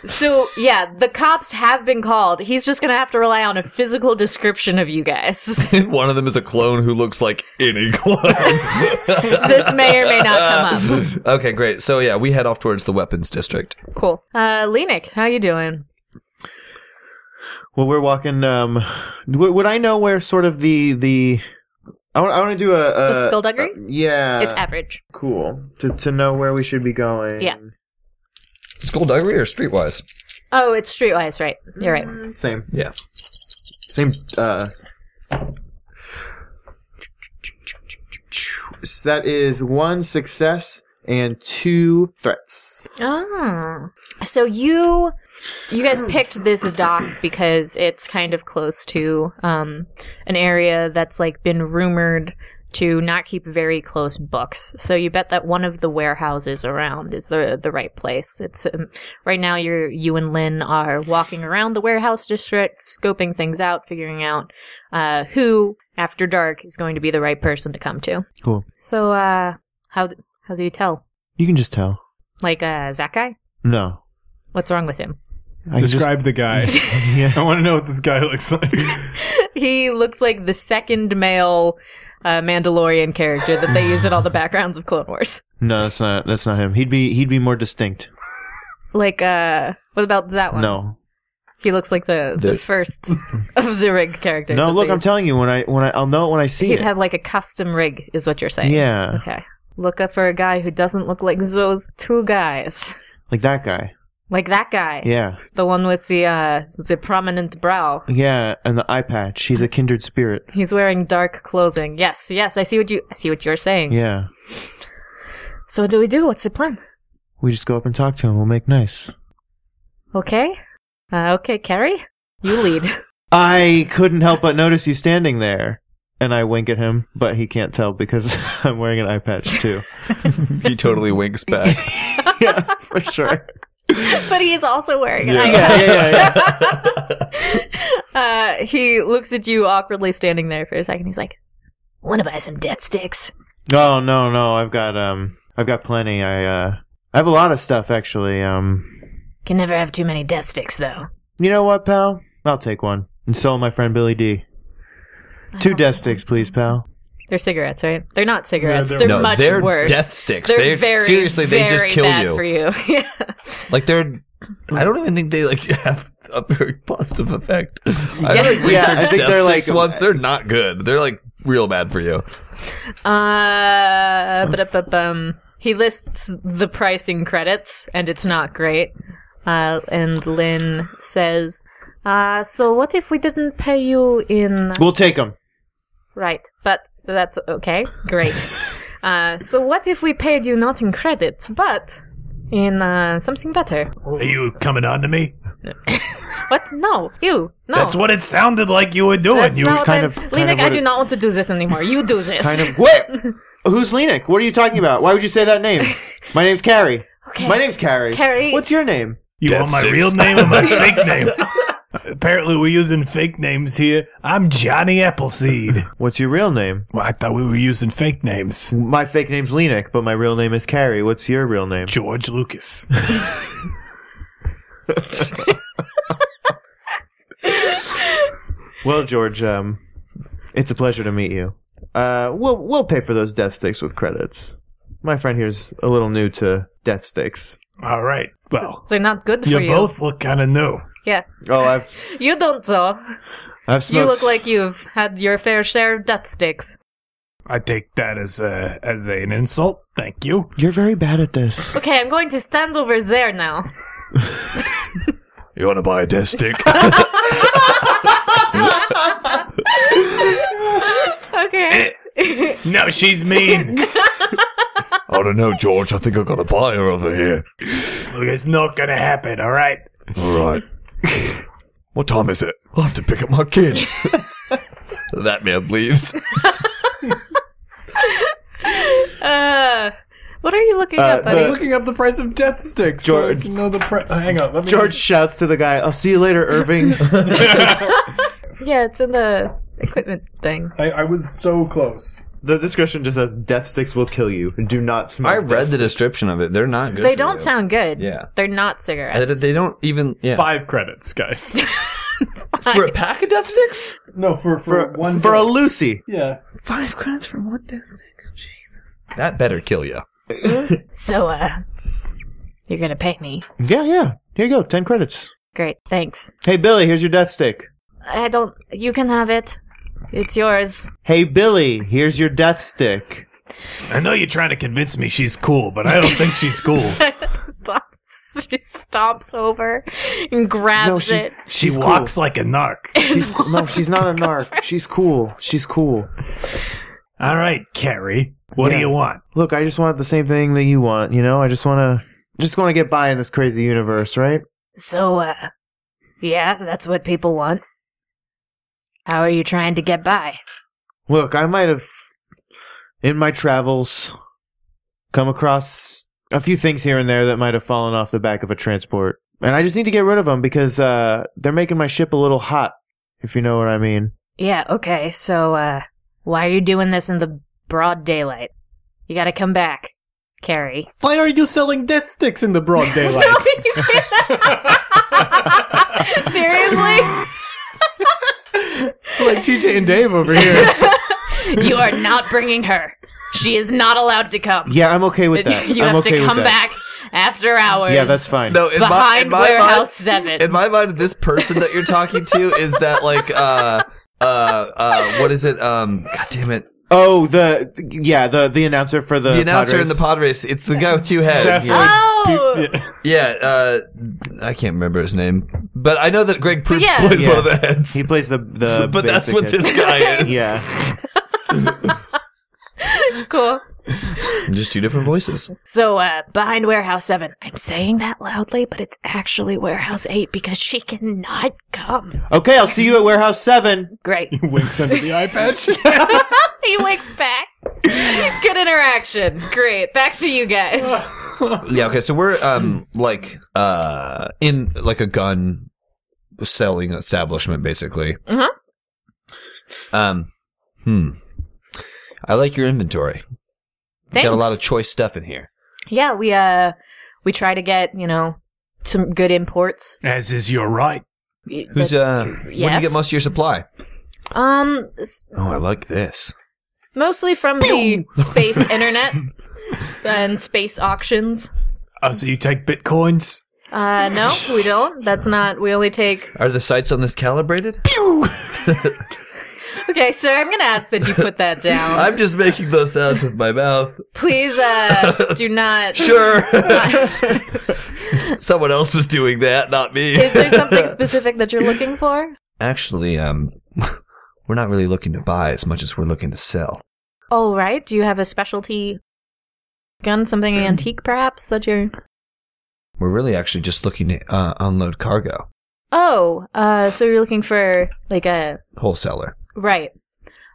Speaker 6: so, yeah, the cops have been called. He's just going to have to rely on a physical description of you guys.
Speaker 3: And one of them is a clone who looks like any clone.
Speaker 6: this may or may not come up.
Speaker 3: okay, great. So yeah, we head off towards the weapons district.
Speaker 6: Cool. Uh, Lenik, how you doing?
Speaker 4: Well, we're walking. Um, w- would I know where sort of the the? I want, I want to do a, a
Speaker 6: The skullduggery?
Speaker 4: yeah,
Speaker 6: it's average.
Speaker 4: cool to to know where we should be going.
Speaker 6: Yeah.
Speaker 3: Skullduggery or streetwise?
Speaker 6: Oh, it's streetwise, right. You're right.
Speaker 4: same
Speaker 3: Yeah.
Speaker 4: same. Uh, so that is one success and two threats.
Speaker 6: Oh. So you you guys picked this dock because it's kind of close to um an area that's like been rumored to not keep very close books. So you bet that one of the warehouses around is the the right place. It's um, right now you're you and Lynn are walking around the warehouse district scoping things out, figuring out uh who after dark is going to be the right person to come to.
Speaker 4: Cool.
Speaker 6: So uh how d- how do you tell?
Speaker 4: You can just tell.
Speaker 6: Like uh, Zakai?
Speaker 4: No.
Speaker 6: What's wrong with him?
Speaker 4: I just-
Speaker 7: Describe the guy.
Speaker 4: yeah.
Speaker 7: I want to know what this guy looks like.
Speaker 6: He looks like the second male uh, Mandalorian character that they use in all the backgrounds of Clone Wars.
Speaker 4: No, that's not that's not him. He'd be he'd be more distinct.
Speaker 6: Like, uh, what about that one?
Speaker 4: No.
Speaker 6: He looks like the, the,
Speaker 3: The-
Speaker 6: first of the rig characters.
Speaker 4: No,
Speaker 6: that
Speaker 4: look,
Speaker 6: they
Speaker 4: I'm
Speaker 6: use.
Speaker 4: telling you when I when I I'll know it when I see
Speaker 6: He'd
Speaker 4: it.
Speaker 6: have like a custom rig, is what you're saying.
Speaker 4: Yeah.
Speaker 6: Okay. Look up for a guy who doesn't look like those two guys.
Speaker 4: Like that guy.
Speaker 6: Like that guy.
Speaker 4: Yeah.
Speaker 6: The one with the uh the prominent brow.
Speaker 4: Yeah, and the eye patch. He's a kindred spirit.
Speaker 6: He's wearing dark clothing. Yes, yes, I see what you I see what you're saying.
Speaker 4: Yeah.
Speaker 6: So what do we do? What's the plan?
Speaker 4: We just go up and talk to him. We'll make nice.
Speaker 6: Okay? Uh, okay, Carrie? You lead.
Speaker 4: I couldn't help but notice you standing there. And I wink at him, but he can't tell because I'm wearing an eye patch too.
Speaker 3: he totally winks back.
Speaker 4: yeah, for sure.
Speaker 6: but he is also wearing an
Speaker 4: Yeah.
Speaker 6: eye
Speaker 4: Yeah,
Speaker 6: patch.
Speaker 4: yeah, yeah.
Speaker 6: Uh, he looks at you awkwardly standing there for a second. He's like, Wanna buy some death sticks?
Speaker 4: Oh no, no, I've got um I've got plenty. I uh I have a lot of stuff actually. Um
Speaker 6: Can never have too many death sticks though.
Speaker 4: You know what, pal? I'll take one. And so will my friend Billy D. Two death sticks, please, pal.
Speaker 6: They're cigarettes, right? They're not cigarettes.
Speaker 7: they're-
Speaker 6: they're
Speaker 3: no,
Speaker 6: much
Speaker 3: they're
Speaker 6: worse.
Speaker 3: death sticks.
Speaker 6: They're very
Speaker 3: seriously, they just
Speaker 6: very
Speaker 3: kill
Speaker 6: bad
Speaker 3: you.
Speaker 6: For you, yeah.
Speaker 3: Like they're. I don't even think they like have a very positive effect. I like
Speaker 4: Yeah, I
Speaker 3: researched
Speaker 4: think
Speaker 3: death
Speaker 4: they're, like,
Speaker 3: sticks once. They're not good. They're like real bad for you.
Speaker 6: Uh, ba-da-ba-bum. He lists the pricing credits, and it's not great. Uh, and Lynn says, uh, so what if we didn't pay you in
Speaker 4: We'll take them.
Speaker 6: Right, but that's okay. Great. uh, so what if we paid you not in credits, but in uh, something better?
Speaker 5: Are you coming on to me?
Speaker 6: What? No, you. No.
Speaker 5: That's what it sounded like you were doing.
Speaker 6: That's
Speaker 5: you
Speaker 6: not
Speaker 5: was
Speaker 4: kind
Speaker 6: what-
Speaker 4: of- kind
Speaker 6: Linek,
Speaker 4: of what
Speaker 6: I do
Speaker 4: it-
Speaker 6: not want to do this anymore. You do this.
Speaker 4: Kind of. What? Who's Lenik? What are you talking about? Why would you say that name? My name's Carrie.
Speaker 6: Okay.
Speaker 4: My name's Carrie.
Speaker 6: Carrie.
Speaker 4: What's your name?
Speaker 5: You
Speaker 3: Death
Speaker 5: want my
Speaker 3: sticks.
Speaker 5: real name or my fake name? Apparently, we're using fake names here. I'm Johnny Appleseed.
Speaker 4: What's your real name?
Speaker 5: Well, I thought we were using fake names.
Speaker 4: My fake name's Lenik, but my real name is Carrie. What's your real name?
Speaker 5: George Lucas.
Speaker 4: Well, George, um, it's a pleasure to meet you. Uh, we'll we'll pay for those death sticks with credits. My friend here's a little new to death sticks.
Speaker 5: All right. Well,
Speaker 6: They're not good for
Speaker 5: you
Speaker 6: you.
Speaker 5: both look kind of new.
Speaker 6: Yeah.
Speaker 4: Oh, I've
Speaker 6: You don't, though.
Speaker 4: I've smoked.
Speaker 6: You look like you've had your fair share of death sticks.
Speaker 5: I take that as a as an insult. Thank you.
Speaker 4: you're very bad at this.
Speaker 6: Okay, I'm going to stand over there now.
Speaker 3: You want to buy a death stick?
Speaker 6: Okay.
Speaker 5: No, she's mean.
Speaker 3: I don't know, George. I think I got a buyer over here.
Speaker 5: Look, it's not gonna happen. All right.
Speaker 3: All right. what time is it? I have to pick up my kid. that man leaves.
Speaker 6: Uh, what are you looking
Speaker 4: Uh,
Speaker 6: at, buddy?
Speaker 4: the-
Speaker 7: Looking up the price of death sticks.
Speaker 4: George-
Speaker 7: So I can know the pri- Hang on. Let me
Speaker 4: George shouts to the guy, "I'll see you later, Irving."
Speaker 6: yeah, it's in the equipment thing.
Speaker 7: I, I was so close.
Speaker 4: the description just says, "Death sticks will kill you. Do not smoke."
Speaker 3: I read
Speaker 4: death
Speaker 3: the description of it. They're not good.
Speaker 6: They
Speaker 3: for
Speaker 6: don't
Speaker 3: you.
Speaker 6: sound good.
Speaker 3: Yeah.
Speaker 6: They're not cigarettes.
Speaker 3: And They don't even. Yeah.
Speaker 7: Five credits, guys.
Speaker 3: For a pack of death sticks?
Speaker 7: no, for, for,
Speaker 4: for,
Speaker 7: one.
Speaker 4: for
Speaker 7: day.
Speaker 4: a Lucy.
Speaker 7: yeah.
Speaker 3: Five credits for one death stick? Jesus. That better kill you.
Speaker 6: So, uh, you're gonna pay me.
Speaker 4: Yeah, yeah. Here you go, ten credits.
Speaker 6: Great, thanks.
Speaker 4: Hey Billy, here's your death stick.
Speaker 6: I don't. You can have it. It's yours.
Speaker 4: Hey Billy, here's your death stick.
Speaker 5: I know you're trying to convince me she's cool, but I don't think she's cool.
Speaker 6: Stop. She stomps over and grabs
Speaker 4: she's-
Speaker 6: it.
Speaker 5: She
Speaker 4: She's
Speaker 5: walks like a narc.
Speaker 4: She's no, she's not a narc. She's cool. She's cool.
Speaker 5: All right, Carrie. What
Speaker 4: Yeah.
Speaker 5: do you want?
Speaker 4: Look, I just wanted the same thing that you want. You know, I just want to, just want to get by in this crazy universe, right?
Speaker 6: So, uh, yeah, that's what people want. How are you trying to get by?
Speaker 4: Look, I might have, in my travels, come across a few things here and there that might have fallen off the back of a transport, and I just need to get rid of them because uh, they're making my ship a little hot. If you know what I mean.
Speaker 6: Yeah, okay, so, uh, why are you doing this in the broad daylight? You gotta come back. carry.
Speaker 7: Why are you selling death sticks in the broad
Speaker 6: So
Speaker 7: daylight?
Speaker 6: you can't- Seriously?
Speaker 7: it's like TJ and Dave over here.
Speaker 6: You are not bringing her. She is not allowed to come.
Speaker 4: Yeah, I'm okay with
Speaker 6: But
Speaker 4: that.
Speaker 6: you
Speaker 4: I'm
Speaker 6: have
Speaker 4: okay
Speaker 6: to
Speaker 4: with
Speaker 6: come
Speaker 4: that.
Speaker 6: back after hours.
Speaker 4: Yeah, that's fine.
Speaker 3: No, in my, in
Speaker 6: behind
Speaker 3: my
Speaker 6: warehouse
Speaker 3: mind,
Speaker 6: seven.
Speaker 3: in my mind, this person that you're talking to is that like uh uh uh what is it? Um, god damn it,
Speaker 4: Oh, the yeah, the the announcer for the
Speaker 3: the announcer
Speaker 4: Uh, Padres.
Speaker 3: in the pod race. It's the guy with two heads.
Speaker 7: That's like-
Speaker 6: Oh,
Speaker 3: Yeah, uh, I can't remember his name, but I know that Greg Proops
Speaker 6: yeah.
Speaker 3: plays
Speaker 4: Yeah.
Speaker 3: one of the heads.
Speaker 4: He plays the the.
Speaker 3: but that's
Speaker 4: basic
Speaker 3: what
Speaker 4: hit.
Speaker 3: this guy is.
Speaker 4: Yeah,
Speaker 6: cool.
Speaker 3: just two different voices.
Speaker 6: So, uh, behind warehouse seven. I'm saying that loudly, but it's actually warehouse eight because she cannot come.
Speaker 4: okay, I'll see you at warehouse seven.
Speaker 6: Great.
Speaker 7: Winks under the eye patch.
Speaker 6: he wakes back. Good interaction. Great. Back to you guys.
Speaker 3: Yeah. Okay. So we're um like uh in like a gun selling establishment basically.
Speaker 6: Mhm. Mm-hmm.
Speaker 3: Um. Hmm. I like your inventory. You
Speaker 6: Thanks.
Speaker 3: Got a lot of choice stuff in here.
Speaker 6: yeah, we uh we try to get, you know, some good imports.
Speaker 5: As is your right.
Speaker 3: Who's uh? Where do you
Speaker 6: yes.
Speaker 3: get most of your supply?
Speaker 6: um s-
Speaker 3: Oh, I like this.
Speaker 6: mostly from the space internet and space auctions.
Speaker 5: Oh, so you take bitcoins?
Speaker 6: Uh no, we don't. That's not we only take
Speaker 3: Are the sights on this calibrated?
Speaker 6: Okay, sir, I'm gonna ask that you put that down.
Speaker 3: I'm just making those sounds with my mouth.
Speaker 6: Please uh do not
Speaker 3: Sure. Someone else was doing that, not me.
Speaker 6: Is there something specific that you're looking for?
Speaker 3: Actually, um, we're not really looking to buy as much as we're looking to sell.
Speaker 6: All right. Do you have a specialty gun, something antique perhaps that you're?
Speaker 3: We're really actually just looking to uh, unload cargo,
Speaker 6: Oh, uh, so you're looking for like a
Speaker 3: wholesaler.
Speaker 6: right.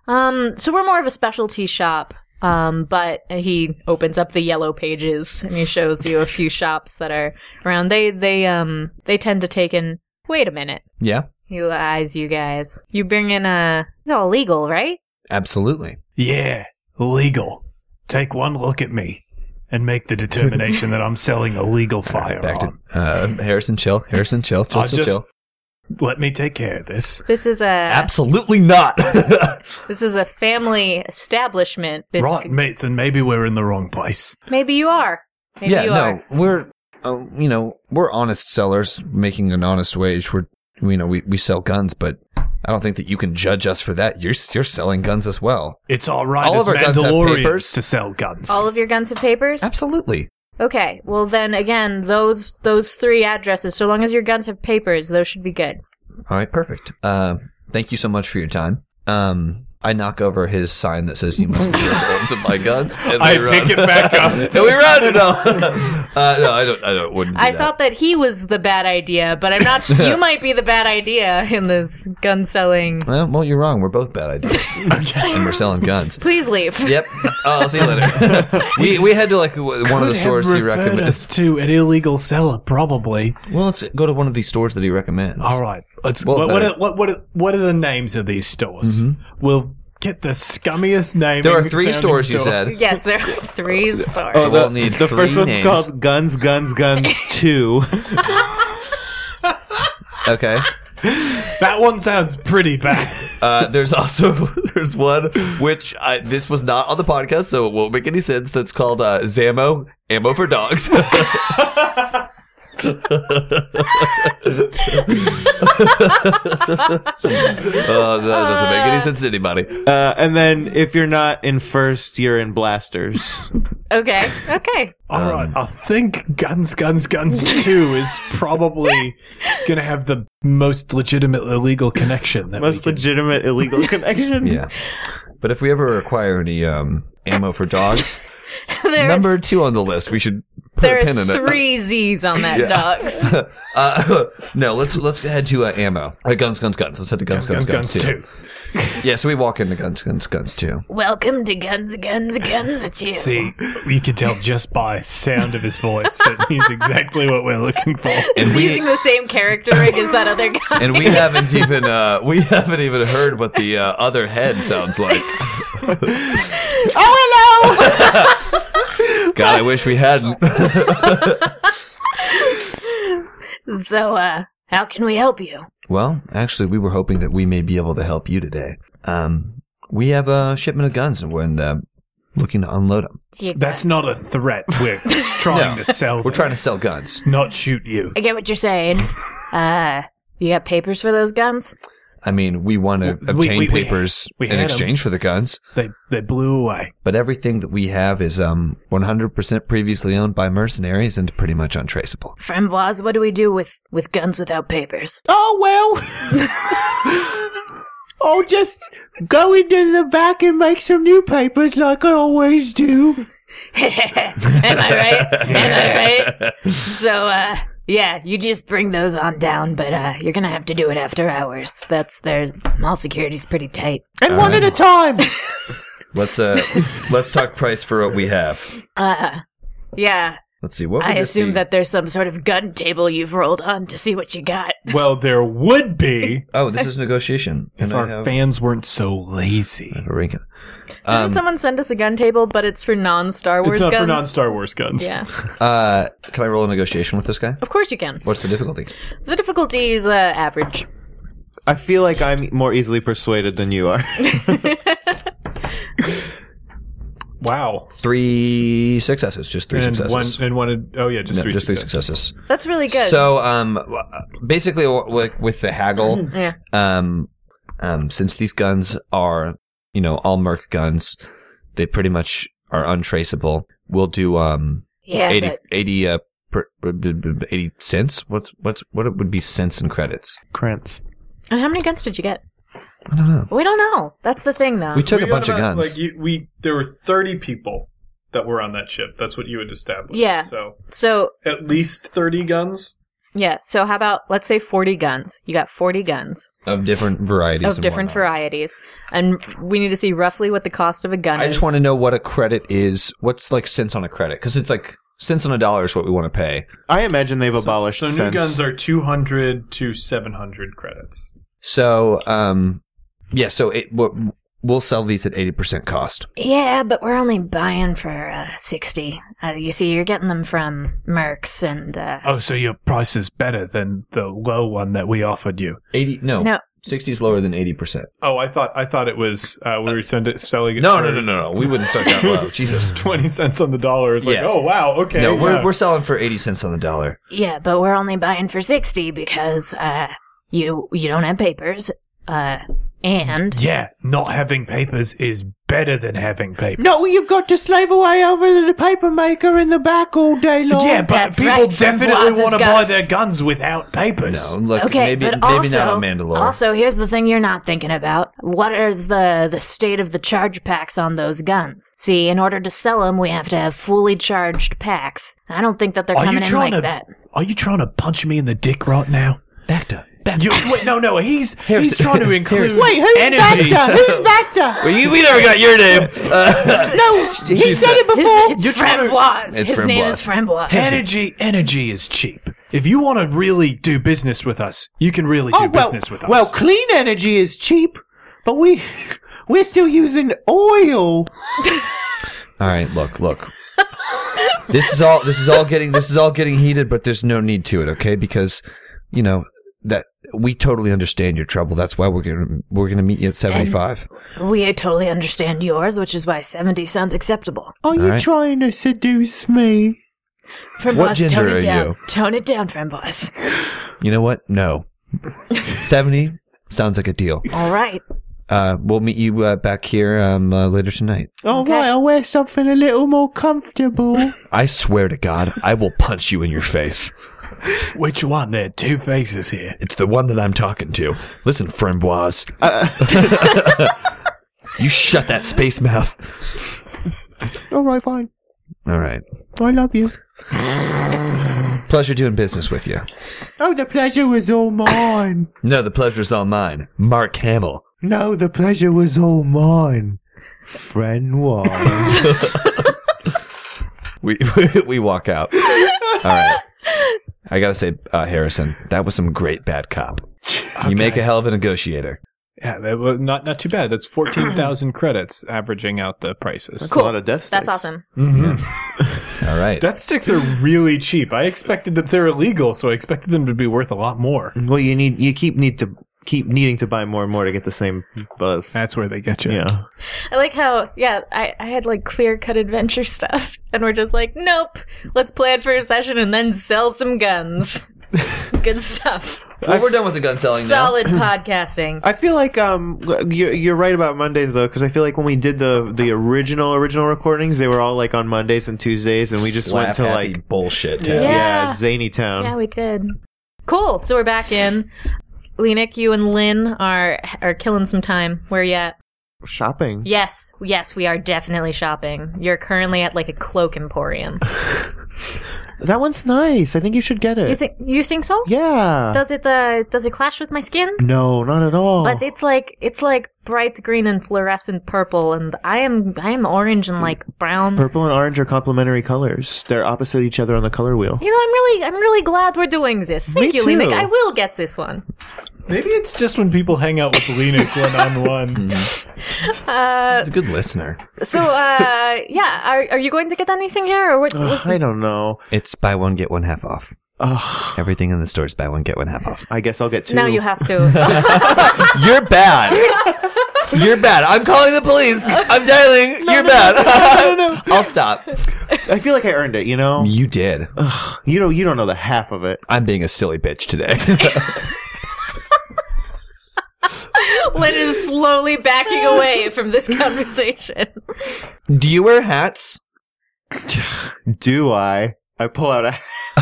Speaker 6: Um, so we're more of a specialty shop. Um, but he opens up the yellow pages and he shows you a few shops that are around. They they um they tend to take in. Wait a minute.
Speaker 3: Yeah,
Speaker 6: He eyes you guys. You bring in a. It's all legal, right?
Speaker 3: absolutely.
Speaker 5: Yeah, legal. Take one look at me and make the determination that I'm selling a legal
Speaker 3: Back to
Speaker 5: firearm.
Speaker 3: uh, Harrison, chill. Harrison, chill. Chill,
Speaker 5: I'll
Speaker 3: chill,
Speaker 5: just-
Speaker 3: chill.
Speaker 5: Let me take care of this.
Speaker 6: This is a
Speaker 3: Absolutely not.
Speaker 6: this is a family establishment. This
Speaker 5: right, mates, and maybe we're in the wrong place.
Speaker 6: Maybe you are. Maybe
Speaker 3: yeah,
Speaker 6: you are.
Speaker 3: no, we're uh, you know we're honest sellers making an honest wage. We're you know we, we sell guns, but I don't think that you can judge us for that. You're you're selling guns as well.
Speaker 5: It's all right
Speaker 3: All
Speaker 5: as
Speaker 3: of our guns have papers.
Speaker 5: Mandalorians to sell guns.
Speaker 6: All of your guns have papers?
Speaker 3: Absolutely.
Speaker 6: Okay. Well then again, those those three addresses, so long as your guns have papers, those should be good.
Speaker 3: All right, perfect. Uh, thank you so much for your time. Um, I knock over his sign that says "You must be sold to buy guns," and
Speaker 7: I
Speaker 3: we run.
Speaker 7: pick it back up.
Speaker 3: and we run. No, uh, no, I don't. I don't. Wouldn't. do
Speaker 6: I
Speaker 3: that.
Speaker 6: thought that he was the bad idea, but I'm not you might be the bad idea in this gun selling.
Speaker 3: Well, well, you're wrong. We're both bad ideas, and we're selling guns.
Speaker 6: Please leave.
Speaker 3: Yep. Oh, I'll see you later. we we head to like w- one of the
Speaker 5: Could
Speaker 3: stores
Speaker 5: have
Speaker 3: he
Speaker 5: referred
Speaker 3: recommends.
Speaker 5: us to an illegal seller, probably.
Speaker 3: Well, let's go to one of these stores that he recommends.
Speaker 5: All right, let's.
Speaker 3: Well,
Speaker 5: what, what,
Speaker 3: better.
Speaker 5: are, what, what, are, what are the names of these stores? We'll get the scummiest name.
Speaker 3: Mm-hmm. There are three stores you said.
Speaker 6: Yes, there are three stores.
Speaker 3: So we'll need
Speaker 4: Oh, the
Speaker 3: three
Speaker 4: first one's
Speaker 3: names.
Speaker 4: called Guns, Guns, Guns Two.
Speaker 3: Okay.
Speaker 5: That one sounds pretty bad.
Speaker 3: Uh, there's also there's one which I, this was not on the podcast, so it won't make any sense. That's called uh, Zamo ammo for dogs. Oh, that doesn't make any sense to anybody.
Speaker 4: Uh, and then if you're not in first, you're in blasters.
Speaker 6: Okay. Okay.
Speaker 5: All right,
Speaker 3: Um.
Speaker 5: I think Guns, Guns, Guns 2 is probably going to have the most legitimate illegal connection. That
Speaker 4: Most
Speaker 5: we can-
Speaker 4: legitimate illegal connection.
Speaker 3: Yeah, but if we ever require any um, ammo for dogs,
Speaker 6: There
Speaker 3: number two on the list, we should put
Speaker 6: there
Speaker 3: a pin
Speaker 6: are
Speaker 3: in it.
Speaker 6: three Z's on that dogs.
Speaker 3: Uh, no, let's let's head to uh, ammo. Uh, guns, guns, guns. Let's head to guns, guns,
Speaker 5: Guns,
Speaker 3: guns,
Speaker 5: Guns,
Speaker 3: too.
Speaker 5: 2.
Speaker 3: Yeah, so we walk into guns, guns, guns too.
Speaker 6: Welcome to Guns, Guns, Guns Two.
Speaker 5: See, you can tell just by sound of his voice that he's exactly what we're looking for.
Speaker 3: And we-
Speaker 6: using the same character rig as that other guy.
Speaker 3: and we haven't even uh, we haven't even heard what the uh, other head sounds like.
Speaker 6: oh hello!
Speaker 3: God, I wish we hadn't.
Speaker 6: so, uh, how can we help you?
Speaker 3: well, actually, we were hoping that we may be able to help you today. Um, we have a shipment of guns and we're uh, looking to unload them.
Speaker 6: You-
Speaker 5: That's not a threat. We're trying to sell.
Speaker 3: We're
Speaker 5: them,
Speaker 3: trying to sell guns.
Speaker 5: not shoot you.
Speaker 6: I get what you're saying. uh, you got papers for those guns?
Speaker 3: I mean, we want to
Speaker 5: We-
Speaker 3: obtain
Speaker 5: we- we-
Speaker 3: papers
Speaker 5: we
Speaker 3: in
Speaker 5: had 'em.
Speaker 3: exchange for the guns,
Speaker 5: They they blew away.
Speaker 3: but everything that we have is um 100% previously owned by mercenaries and pretty much untraceable.
Speaker 6: Framboise, what do we do with, with guns without papers?
Speaker 4: Oh well. oh, just go into the back and make some new papers like I always do.
Speaker 6: Am I right? Am I right? So, uh, yeah, you just bring those on down, but uh, you're gonna have to do it after hours. That's their mall security's pretty tight.
Speaker 4: And one at a
Speaker 7: Um,
Speaker 4: time.
Speaker 3: Let's uh let's talk price for what we have.
Speaker 6: Uh, yeah,
Speaker 3: Let's see what
Speaker 6: I
Speaker 3: would this
Speaker 6: assume
Speaker 3: be?
Speaker 6: that there's some sort of gun table you've rolled on to see what you got.
Speaker 7: Well, there would be
Speaker 3: Oh, this is negotiation.
Speaker 7: if
Speaker 3: And I
Speaker 7: our
Speaker 3: have-
Speaker 7: fans weren't so lazy.
Speaker 3: I have a ring.
Speaker 6: Didn't someone send us a gun table? But it's for non-Star Wars
Speaker 7: Um, It's not
Speaker 6: guns.
Speaker 7: for non-Star Wars guns.
Speaker 6: yeah,
Speaker 3: Uh, can I roll a negotiation with this guy?
Speaker 6: of course you can.
Speaker 3: What's the difficulty?
Speaker 6: The difficulty is uh, average.
Speaker 4: I feel like I'm more easily persuaded than you are.
Speaker 7: Wow.
Speaker 3: Three successes, just three
Speaker 7: and one
Speaker 3: successes.
Speaker 7: and one. Oh yeah, just
Speaker 3: No,
Speaker 7: three
Speaker 3: just
Speaker 7: successes.
Speaker 3: three successes.
Speaker 6: That's really good.
Speaker 3: So, um, w- basically, w- w- with the haggle,
Speaker 6: Yeah.
Speaker 3: um, um, since these guns are, you know, all Merc guns, they pretty much are untraceable. We'll do um
Speaker 6: yeah,
Speaker 3: 80,
Speaker 6: but
Speaker 3: 80, uh, per, b- b- b- 80 cents. What's what's what it would be cents and credits?
Speaker 4: Krantz.
Speaker 6: and uh, how many guns did you get?
Speaker 3: I don't know.
Speaker 6: We don't know. That's the thing, though.
Speaker 3: We took
Speaker 7: We
Speaker 3: a
Speaker 7: got
Speaker 3: bunch of
Speaker 7: about,
Speaker 3: guns.
Speaker 7: Like you, we, there were thirty people that were on that ship. That's what you had established.
Speaker 6: Yeah.
Speaker 7: So
Speaker 6: so
Speaker 7: at least thirty guns.
Speaker 6: Yeah. So how about let's say 40 guns. You got 40 guns
Speaker 3: of different varieties
Speaker 6: of
Speaker 3: and
Speaker 6: different
Speaker 3: whatnot.
Speaker 6: varieties, and we need to see roughly what the cost of a gun
Speaker 3: I
Speaker 6: is.
Speaker 3: just want to know what a credit is. What's like cents on a credit? Because it's like cents on a dollar is what we want to pay.
Speaker 4: I imagine they've abolished
Speaker 7: So new
Speaker 4: since.
Speaker 7: guns are two hundred to seven hundred credits.
Speaker 3: So, um, yeah. So it w- we'll sell these at eighty percent cost.
Speaker 6: Yeah, but we're only buying for uh, 60. Uh, you see, you're getting them from Mercs and uh,
Speaker 5: Oh, so your price is better than the low one that we offered you.
Speaker 3: Eighty? No,
Speaker 6: No.
Speaker 3: Sixty is lower than eighty percent.
Speaker 7: Oh, I thought I thought it was uh, we were send it, selling it.
Speaker 3: No,
Speaker 7: for
Speaker 3: no, no, no, no. We wouldn't start that low. Jesus.
Speaker 7: Twenty cents on the dollar is like,
Speaker 3: Yeah.
Speaker 7: oh wow, okay.
Speaker 3: No, we're
Speaker 7: yeah.
Speaker 3: we're selling for eighty cents on the dollar.
Speaker 6: yeah, but we're only buying for 60 because uh, you you don't have papers. Uh, and
Speaker 5: Yeah, not having papers is better than having papers.
Speaker 4: No, you've got to slave away over to the papermaker in the back all day long.
Speaker 3: Oh,
Speaker 5: Yeah, but
Speaker 6: That's
Speaker 5: people
Speaker 6: right,
Speaker 5: definitely
Speaker 6: Francois's
Speaker 5: want to buy
Speaker 6: guns.
Speaker 5: their guns without papers.
Speaker 3: No, look,
Speaker 6: okay,
Speaker 3: maybe
Speaker 6: but
Speaker 3: maybe
Speaker 6: also,
Speaker 3: not a Mandalore.
Speaker 6: also here's the thing you're not thinking about. What is the the state of the charge packs on those guns? See, in order to sell them, we have to have fully charged packs. I don't think that they're
Speaker 5: Are you
Speaker 6: coming in
Speaker 5: trying
Speaker 6: like
Speaker 5: to?
Speaker 6: that.
Speaker 5: Are you trying to punch me in the dick right now?
Speaker 3: back to back.
Speaker 5: You, wait, no, no. He's he's
Speaker 3: Here's-
Speaker 5: trying to include
Speaker 4: Wait, who's
Speaker 5: energy.
Speaker 4: Bacta? Who's Bacta?
Speaker 3: Well, you, we never got your name. Uh,
Speaker 4: No, he
Speaker 3: She's
Speaker 4: said
Speaker 3: the-
Speaker 4: it
Speaker 6: His,
Speaker 4: before.
Speaker 6: it's
Speaker 5: You're trying to-
Speaker 6: Framboise.
Speaker 3: It's
Speaker 6: His name is
Speaker 3: Framboise.
Speaker 6: Framboise.
Speaker 5: Energy, energy is cheap. If you want to really do business with us, you can really do
Speaker 4: Oh, well,
Speaker 5: business with us.
Speaker 4: well, clean energy is cheap, but we we're still using oil.
Speaker 3: All right, look, look. this is all this is all getting this is all getting heated, but there's no need to it, okay? Because you know that we totally understand your trouble. That's why we're gonna we're gonna meet you at 75.
Speaker 6: We totally understand yours, which is why 70 sounds acceptable.
Speaker 4: Are you
Speaker 3: Alright.
Speaker 4: trying to seduce me?
Speaker 6: Framboise,
Speaker 3: gender
Speaker 6: tone it
Speaker 3: are
Speaker 6: down.
Speaker 3: you?
Speaker 6: Tone it down, Framboise.
Speaker 3: You know what? No, 70 sounds like a deal.
Speaker 6: All right.
Speaker 3: Uh, we'll meet you uh, back here um, uh, later tonight.
Speaker 4: All
Speaker 6: Okay.
Speaker 4: right, I'll wear something a little more comfortable.
Speaker 3: I swear to God, I will punch you in your face.
Speaker 5: which one? There are two faces here.
Speaker 3: It's the one that I'm talking to. Listen, Framboise. Uh, you shut that space mouth.
Speaker 4: All right, fine.
Speaker 3: All right.
Speaker 4: I love you.
Speaker 3: Pleasure doing business with you.
Speaker 4: Oh, the pleasure was all mine.
Speaker 3: No, the pleasure's all mine. Mark Hamill.
Speaker 4: no, the pleasure was all mine. Friend wise.
Speaker 3: We we, walk out. all right. I gotta say, uh, Harrison, that was some great bad cop. You make a hell of a negotiator.
Speaker 7: Yeah, that was not not too bad. That's fourteen thousand credits, averaging out the prices.
Speaker 4: That's a lot of death
Speaker 6: That's
Speaker 4: sticks.
Speaker 6: awesome.
Speaker 3: All right.
Speaker 7: Death sticks are really cheap. I expected them; they're illegal, so I expected them to be worth a lot more.
Speaker 4: Well, you need you keep need to keep needing to buy more and more to get the same buzz.
Speaker 7: That's where they get you.
Speaker 4: Yeah.
Speaker 6: I like how, yeah, I, I had like clear cut adventure stuff, and we're just like, nope, let's plan for a session and then sell some guns. Good stuff.
Speaker 3: Well, we're done with the gun selling now.
Speaker 6: Solid podcasting.
Speaker 4: I feel like um you're, you're right about Mondays though because I feel like when we did the the original original recordings they were all like on Mondays and Tuesdays and we just went to
Speaker 3: Slap-happy
Speaker 4: like
Speaker 3: bullshit.
Speaker 6: Yeah.
Speaker 4: yeah zany town
Speaker 6: Yeah, we did. Cool. So we're back in. Lenik, you and Lynn are are killing some time. Where you at?
Speaker 4: shopping
Speaker 6: Yes, yes, we are definitely shopping. You're currently at like a cloak emporium.
Speaker 4: that one's nice I think you should get it
Speaker 6: You think you think so?
Speaker 4: yeah
Speaker 6: Does it uh does it clash with my skin?
Speaker 4: no not at all
Speaker 6: But it's like it's like bright green and fluorescent purple, and I am I am orange and like brown.
Speaker 4: purple and orange are complementary colors they're opposite each other on the color wheel
Speaker 6: you know, I'm really I'm really glad we're doing this. Thank you,
Speaker 4: too.
Speaker 6: Lenik. I will get this one.
Speaker 7: Maybe it's just when people hang out with Lenik one on one.
Speaker 3: He's a good listener.
Speaker 6: So uh yeah, are are you going to get anything here or what?
Speaker 4: Ugh, Uh, I don't know
Speaker 3: It's buy one get one half off.
Speaker 4: Ugh,
Speaker 3: Everything in the store is buy one get one half off.
Speaker 4: I guess I'll get two
Speaker 6: now you have to.
Speaker 3: You're bad. You're bad. I'm calling the police. I'm dialing. You're bad. I'll stop.
Speaker 4: I feel like I earned it you know
Speaker 3: You did.
Speaker 4: you know you don't know the half of it
Speaker 3: I'm being a silly bitch today.
Speaker 6: Lynn is slowly backing away from this conversation.
Speaker 3: Do you wear hats?
Speaker 4: do I? I pull out a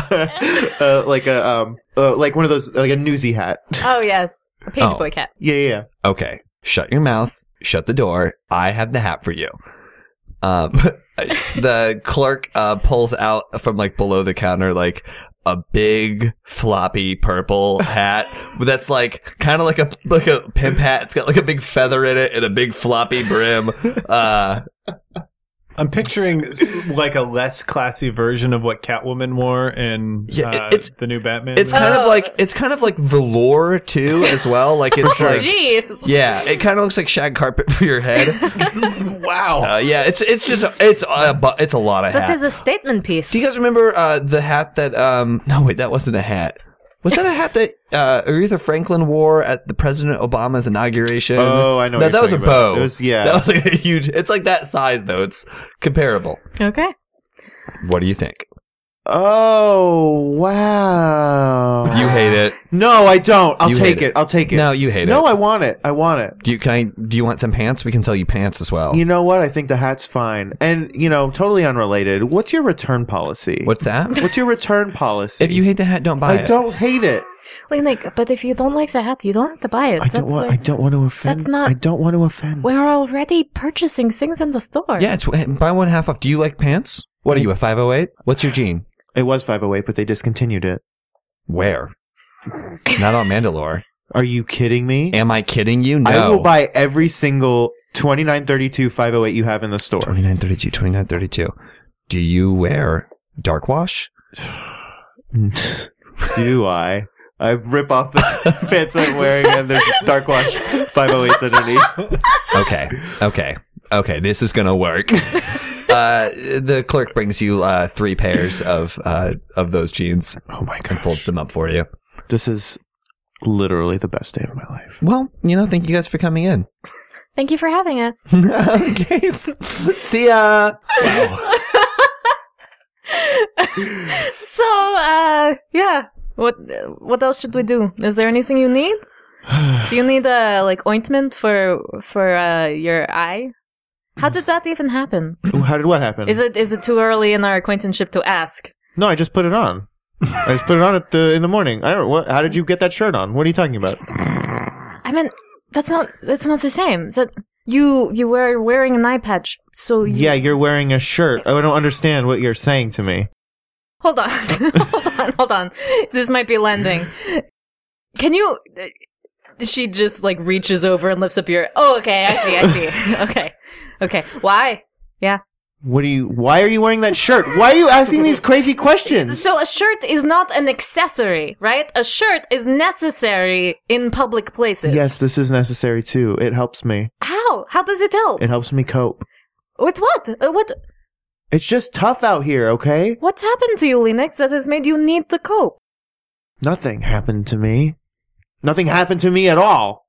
Speaker 4: uh, like a um uh, like one of those like a newsy hat.
Speaker 6: Oh yes, a page
Speaker 3: Oh.
Speaker 6: boy cat.
Speaker 4: Yeah, yeah, yeah.
Speaker 3: Okay. Shut your mouth. Shut the door. I have the hat for you. Um, the clerk uh, pulls out from like below the counter like a big floppy purple hat that's like kind of like a like a pimp hat. It's got like a big feather in it and a big floppy brim. Uh,
Speaker 7: I'm picturing s- like a less classy version of what Catwoman wore in
Speaker 3: Yeah,
Speaker 7: uh,
Speaker 3: it- it's-
Speaker 7: the new Batman.
Speaker 3: It's
Speaker 7: movie.
Speaker 3: kind of
Speaker 6: Oh.
Speaker 3: like it's kind of like velour too, as well. Like it's like
Speaker 6: Jeez.
Speaker 3: yeah, it kind of looks like shag carpet for your head.
Speaker 7: wow.
Speaker 3: Uh, yeah, it's it's just it's a bu- it's a lot of
Speaker 6: That is
Speaker 3: hats.
Speaker 6: a statement piece.
Speaker 3: Do you guys remember uh, the hat that? Um, no, wait, that wasn't a hat. Was that a hat that uh, Aretha Franklin wore at the President Obama's inauguration?
Speaker 4: Oh, I know
Speaker 3: No,
Speaker 4: what
Speaker 3: that
Speaker 4: you're
Speaker 3: was a
Speaker 4: talking about.
Speaker 3: bow.
Speaker 4: It was- yeah.
Speaker 3: that was like a huge. It's like that size though. It's comparable.
Speaker 6: okay.
Speaker 3: What do you think?
Speaker 4: Oh wow!
Speaker 3: You hate it?
Speaker 4: no, I don't. I'll
Speaker 3: You
Speaker 4: take
Speaker 3: hate
Speaker 4: it. I'll take it.
Speaker 3: No, you hate
Speaker 4: No,
Speaker 3: it.
Speaker 4: I want it. I want it.
Speaker 3: Do you kind? Do you want some pants? We can sell you pants as well.
Speaker 4: You know what? I think the hat's fine. And you know, totally unrelated. What's your return policy?
Speaker 3: What's that?
Speaker 4: What's your return policy?
Speaker 3: If you hate the hat, don't buy
Speaker 4: I
Speaker 3: it.
Speaker 4: don't hate it.
Speaker 6: Like, like, but if you don't like the hat, you don't have to buy it.
Speaker 4: I don't want.
Speaker 6: like-
Speaker 4: I don't want to offend.
Speaker 6: that's not-
Speaker 4: I don't want to offend.
Speaker 6: we're already purchasing things in the store.
Speaker 3: Yeah, it's eh, buy one half off. Do you like pants? What are you, a 508? What's your gene?
Speaker 4: It was five oh eight, but they discontinued it.
Speaker 3: Where? Not on Mandalore.
Speaker 4: Are you kidding me?
Speaker 3: Am I kidding you? No.
Speaker 4: I will buy every single 2932 508 you have in the store.
Speaker 3: 2932, 2932. Do you wear dark wash?
Speaker 4: Do I? I rip off the pants I'm wearing and there's dark wash 508s underneath.
Speaker 3: Okay. Okay. Okay. This is going to work. Uh, the clerk brings you uh, three pairs of uh, of those jeans. Oh my god! And folds them up for you.
Speaker 4: This is literally the best day of my life.
Speaker 3: Well, you know, thank you guys for coming in.
Speaker 6: Thank you for having us.
Speaker 3: okay. See ya.
Speaker 6: so, uh, yeah. What what else should we do? Is there anything you need? do you need uh, like ointment for for uh, your eye? How did that even happen?
Speaker 4: Ooh, How did what happen?
Speaker 6: Is it is it too early in our acquaintanceship to ask?
Speaker 4: no, I just put it on. I just put it on at the in the morning. I don't. What, how did you get that shirt on? What are you talking about?
Speaker 6: I mean, that's not that's not the same. That you you were wearing an eye patch, so you,
Speaker 4: Yeah, you're wearing a shirt. Oh, I don't understand what you're saying to me.
Speaker 6: Hold on, hold on, hold on. This might be landing. Can you? She just like reaches over and lifts up your. Oh, okay, I see, I see. okay, okay. Why? Yeah.
Speaker 4: What are you? Why are you wearing that shirt? Why are you asking these crazy questions?
Speaker 6: So a shirt is not an accessory, right? A shirt is necessary in public places.
Speaker 4: yes, this is necessary too. It helps me.
Speaker 6: How? How does it help?
Speaker 4: It helps me cope.
Speaker 6: With what? Uh, what?
Speaker 4: It's just tough out here, okay?
Speaker 6: What's happened to you, Linux, that has made you need to cope?
Speaker 4: Nothing happened to me. Nothing happened to me at all.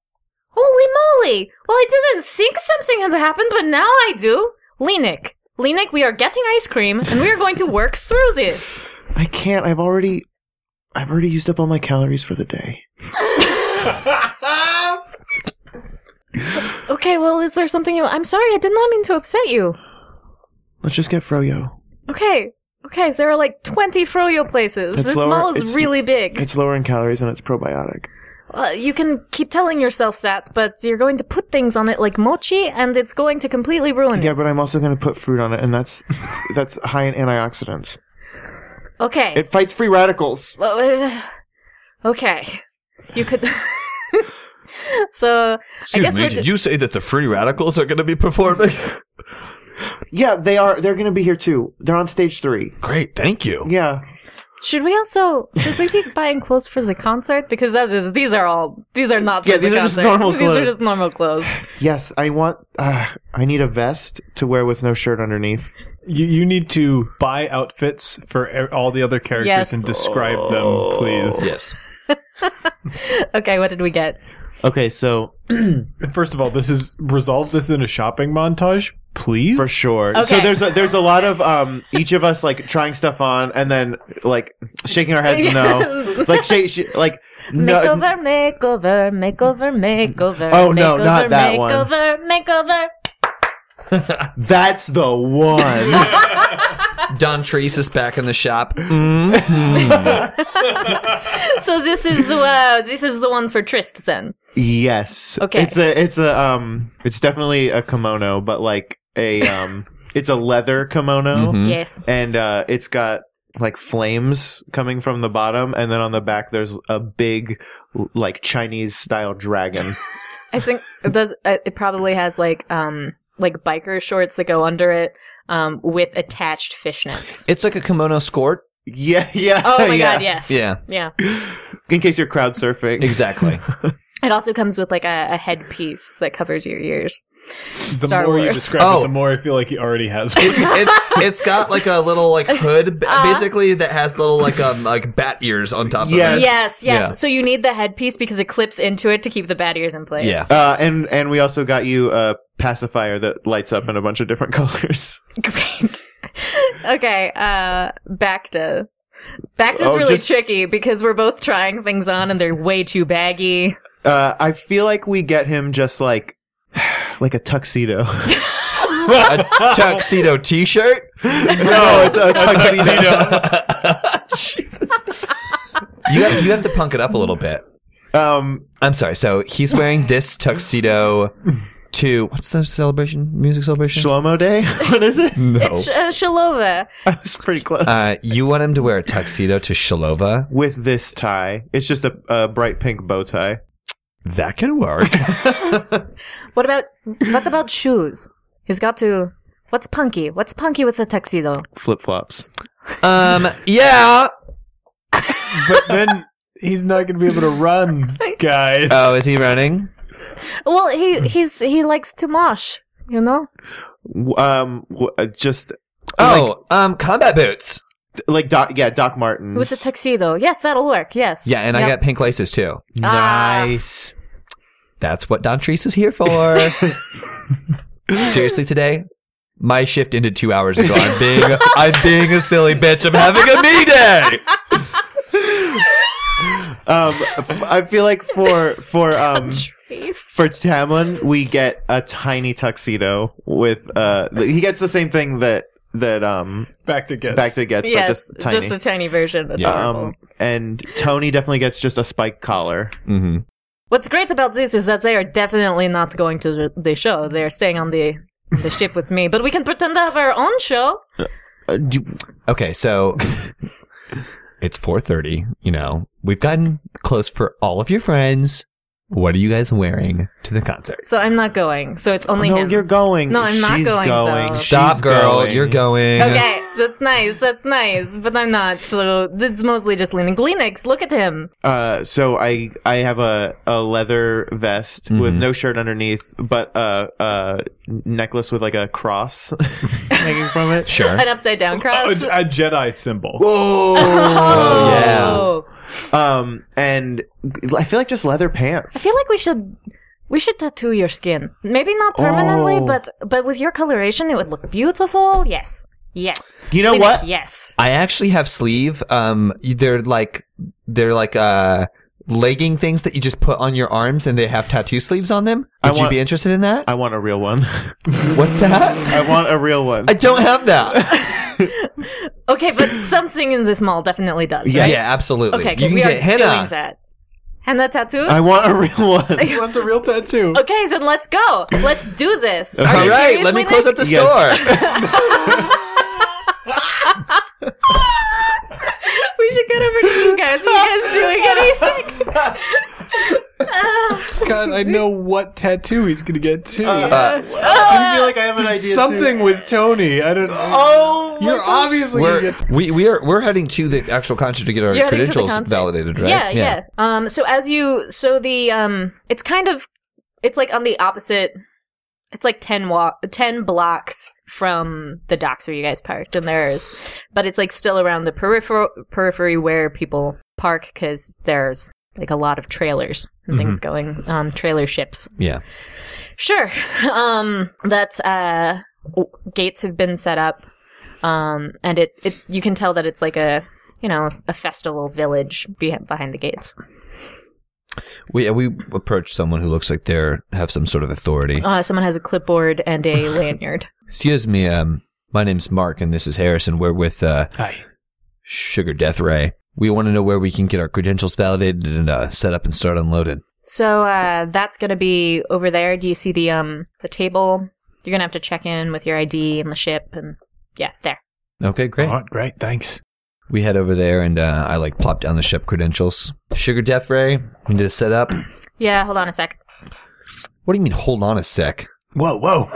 Speaker 6: Holy moly! Well, I didn't think something had happened, but now I do. Lenik, Lenik, we are getting ice cream, and we are going to work through this.
Speaker 4: I can't. I've already, I've already used up all my calories for the day.
Speaker 6: Okay, well, is there something you? I'm sorry, I did not mean to upset you.
Speaker 4: Let's just get Froyo.
Speaker 6: Okay, okay, so there are like 20 froyo places.
Speaker 4: It's
Speaker 6: this
Speaker 4: lower-
Speaker 6: mall is
Speaker 4: it's-
Speaker 6: really big.
Speaker 4: It's lower in calories and it's probiotic.
Speaker 6: Uh, you can keep telling yourself that, but you're going to put things on it like mochi, and it's going to completely ruin
Speaker 4: Yeah,
Speaker 6: it.
Speaker 4: but I'm also going to put fruit on it, and that's that's high in antioxidants.
Speaker 6: Okay.
Speaker 4: It fights free radicals.
Speaker 6: Well, uh, okay. You could. so I guess we're ju-
Speaker 3: you say that the free radicals are going to be performing?
Speaker 4: Yeah, they are. They're going to be here too. They're on stage three.
Speaker 3: Great, thank you.
Speaker 4: Yeah,
Speaker 6: should we also should we be buying clothes for the concert because that is these are all these are not for
Speaker 4: Yeah,
Speaker 6: the
Speaker 4: these are just
Speaker 6: concert.
Speaker 4: normal
Speaker 6: these are
Speaker 4: clothes.
Speaker 6: just normal clothes.
Speaker 4: Yes, I want. Uh, I need a vest to wear with no shirt underneath.
Speaker 7: You, you need to buy outfits for e- all the other characters
Speaker 6: Yes.
Speaker 7: and describe
Speaker 4: Oh.
Speaker 7: them, please.
Speaker 3: Yes.
Speaker 6: Okay, what did we get?
Speaker 4: Okay, so
Speaker 7: First of all, this is resolve this in a shopping montage, please.
Speaker 4: for sure. So
Speaker 6: Okay.
Speaker 4: there's a, there's a lot of um each of us like trying stuff on and then like shaking our heads no, like shake sh- like no.
Speaker 6: Makeover, makeover, makeover, makeover.
Speaker 4: Oh, no, not
Speaker 6: makeover,
Speaker 4: that one.
Speaker 6: Makeover, makeover.
Speaker 4: That's the one.
Speaker 3: Don Treese is back in the shop. Mm-hmm.
Speaker 6: So this is uh, this is the ones for Trist then.
Speaker 4: Yes.
Speaker 6: Okay.
Speaker 4: It's a it's a um it's definitely a kimono, but like a um it's a leather kimono
Speaker 3: Hmm? Mm-hmm.
Speaker 6: Yes.
Speaker 4: and uh it's got like flames coming from the bottom and then on the back there's a big like Chinese style dragon.
Speaker 6: I think it does. uh, It probably has like um like biker shorts that go under it um with attached fishnets.
Speaker 3: It's like a kimono skort.
Speaker 4: yeah, yeah.
Speaker 6: Oh my
Speaker 4: yeah.
Speaker 6: god, yes.
Speaker 3: Yeah,
Speaker 6: Yeah.
Speaker 4: In case you're crowd surfing.
Speaker 3: exactly.
Speaker 6: It also comes with like a, a headpiece that covers your ears.
Speaker 7: the
Speaker 6: Star
Speaker 7: more you
Speaker 6: Wars.
Speaker 7: describe
Speaker 3: Oh.
Speaker 7: it, the more I feel like he already has one.
Speaker 3: it's it's got like a little like hood b- basically that has little like um like bat ears on top
Speaker 4: Yes.
Speaker 3: of it.
Speaker 6: Yes, yes.
Speaker 3: Yeah.
Speaker 6: So you need the headpiece because it clips into it to keep the bad ears in place.
Speaker 3: Yeah.
Speaker 4: Uh and and we also got you a pacifier that lights up in a bunch of different colors.
Speaker 6: Great. okay, uh Bacta. Bacta's
Speaker 4: Oh,
Speaker 6: really
Speaker 4: just-
Speaker 6: tricky because we're both trying things on and they're way too baggy.
Speaker 4: Uh I feel like we get him just like like a tuxedo.
Speaker 3: A tuxedo T-shirt.
Speaker 4: no, it's a tuxedo.
Speaker 3: You have, you have to punk it up a little bit.
Speaker 4: Um,
Speaker 3: I'm sorry. So he's wearing this tuxedo to what's the celebration? Music celebration?
Speaker 4: Shlomo Day? what is it?
Speaker 3: no.
Speaker 6: It's uh, Shalova.
Speaker 4: I was pretty close.
Speaker 3: uh, you want him to wear a tuxedo to Shalova?
Speaker 4: With this tie, it's just a, a bright pink bow tie.
Speaker 3: That can work.
Speaker 6: What about what about shoes? He's got to What's punky? What's punky with a tuxedo?
Speaker 4: Flip flops.
Speaker 3: um, yeah.
Speaker 7: but then he's not going to be able to run, guys.
Speaker 3: Oh, is he running?
Speaker 6: Well, he he's he likes to mosh, you know?
Speaker 4: Um, w- uh, just
Speaker 3: Oh, um, combat boots.
Speaker 4: like Doc, yeah, Doc Martens.
Speaker 6: With a tuxedo. Yes, that'll work. Yes.
Speaker 3: Yeah, and I got pink laces too.
Speaker 6: Ah.
Speaker 4: nice.
Speaker 3: That's what Don Treese is here for. Seriously, today my shift ended two hours ago. I'm being I'm being a silly bitch. I'm having a me day.
Speaker 4: Um, f- I feel like for for um for Tamlin, we get a tiny tuxedo with uh, he gets the same thing that that um
Speaker 7: Back to get
Speaker 4: back to gets,
Speaker 6: Yes,
Speaker 4: but just tiny.
Speaker 6: a tiny version. That's
Speaker 3: Yeah.
Speaker 6: horrible.
Speaker 4: um, and Tony definitely gets just a spike collar.
Speaker 3: Mm-hmm.
Speaker 6: What's great about this is that they are definitely not going to the- the show. They are staying on the the ship with me, but we can pretend to have our own show.
Speaker 4: Uh, do-
Speaker 3: Okay, so it's 4:30, you know. We've gotten close for all of your friends. What are you guys wearing to the concert?
Speaker 6: So I'm not going. So it's only
Speaker 4: no,
Speaker 6: him.
Speaker 4: you're going.
Speaker 6: No, I'm not
Speaker 4: She's
Speaker 6: going,
Speaker 4: going.
Speaker 6: though.
Speaker 4: She's
Speaker 3: Stop, girl.
Speaker 4: going.
Speaker 3: You're going.
Speaker 6: Okay, that's nice. That's nice. But I'm not. So it's mostly just leaning. Gleenix, look at him.
Speaker 4: Uh, so I I have a, a leather vest with no shirt underneath, but a, a necklace with like a cross hanging from it.
Speaker 3: Sure.
Speaker 6: An upside down cross.
Speaker 7: a Jedi symbol.
Speaker 3: Oh, yeah.
Speaker 6: Oh.
Speaker 4: Um, and I feel like just leather pants.
Speaker 6: I feel like we should we should tattoo your skin. Maybe not permanently,
Speaker 4: Oh.
Speaker 6: but but with your coloration, it would look beautiful. Yes, yes.
Speaker 4: you know
Speaker 6: Gleenex,
Speaker 4: what?
Speaker 6: Yes.
Speaker 3: I actually have sleeve. Um, you- they're like they're like uh legging things that you just put on your arms, and they have tattoo sleeves on them.
Speaker 4: I
Speaker 3: Would you
Speaker 4: want-
Speaker 3: be interested in that?
Speaker 4: I want a real one.
Speaker 3: What's that?
Speaker 4: I want a real one.
Speaker 3: I don't have that.
Speaker 6: Okay, but something in this mall definitely does.
Speaker 3: Yeah,
Speaker 6: right?
Speaker 3: yeah, absolutely.
Speaker 6: Okay,
Speaker 3: you
Speaker 6: because
Speaker 3: can
Speaker 6: we are
Speaker 3: get
Speaker 6: doing
Speaker 3: henna.
Speaker 6: that. Henna tattoos.
Speaker 4: I want a real one.
Speaker 5: He wants a real tattoo.
Speaker 6: okay, then let's go. Let's do this. Are
Speaker 3: All
Speaker 6: you
Speaker 3: right,
Speaker 6: serious,
Speaker 3: let me
Speaker 6: Gleenex?
Speaker 3: close up the
Speaker 4: Yes.
Speaker 3: store.
Speaker 6: We should get over to you guys. You guys doing anything?
Speaker 5: God, I know what tattoo he's gonna get too.
Speaker 4: I feel like I have an idea.
Speaker 5: Something with Tony. I don't know.
Speaker 4: Oh,
Speaker 5: You're obviously gonna
Speaker 3: we're,
Speaker 5: get.
Speaker 3: we we are we're heading to the actual concert to get our
Speaker 6: You're heading to the
Speaker 3: credentials
Speaker 6: concert.
Speaker 3: validated, right?
Speaker 6: Yeah, yeah, Um, so as you, so the um, it's kind of, it's like on the opposite. It's like ten walk, ten blocks from the docks where you guys parked, and there's, but it's like still around the peripheral periphery where people park because there's like a lot of trailers and things
Speaker 3: Mm-hmm.
Speaker 6: going, um, trailer ships.
Speaker 3: Yeah.
Speaker 6: Sure. Um, that's uh, w- gates have been set up, um, and it, it you can tell that it's like a you know a festival village be- behind the gates.
Speaker 3: We we approach someone who looks like they have some sort of authority.
Speaker 6: Uh, someone has a clipboard and a lanyard.
Speaker 3: Excuse me, um, my name's Mark, and this is Harrison. We're with uh,
Speaker 5: Hi.
Speaker 3: Sugar Death Ray. We want to know where we can get our credentials validated and uh, set up and start unloading.
Speaker 6: So uh, that's gonna be over there. Do you see the um the table? You're gonna have to check in with your ID and the ship and yeah, there.
Speaker 3: Okay, great.
Speaker 5: All right, great. Thanks.
Speaker 3: We head over there, and uh, I like plop down the ship credentials. Sugar Death Ray, we need to set up.
Speaker 6: Yeah, hold on a sec.
Speaker 3: What do you mean? Hold on a sec.
Speaker 5: Whoa, whoa.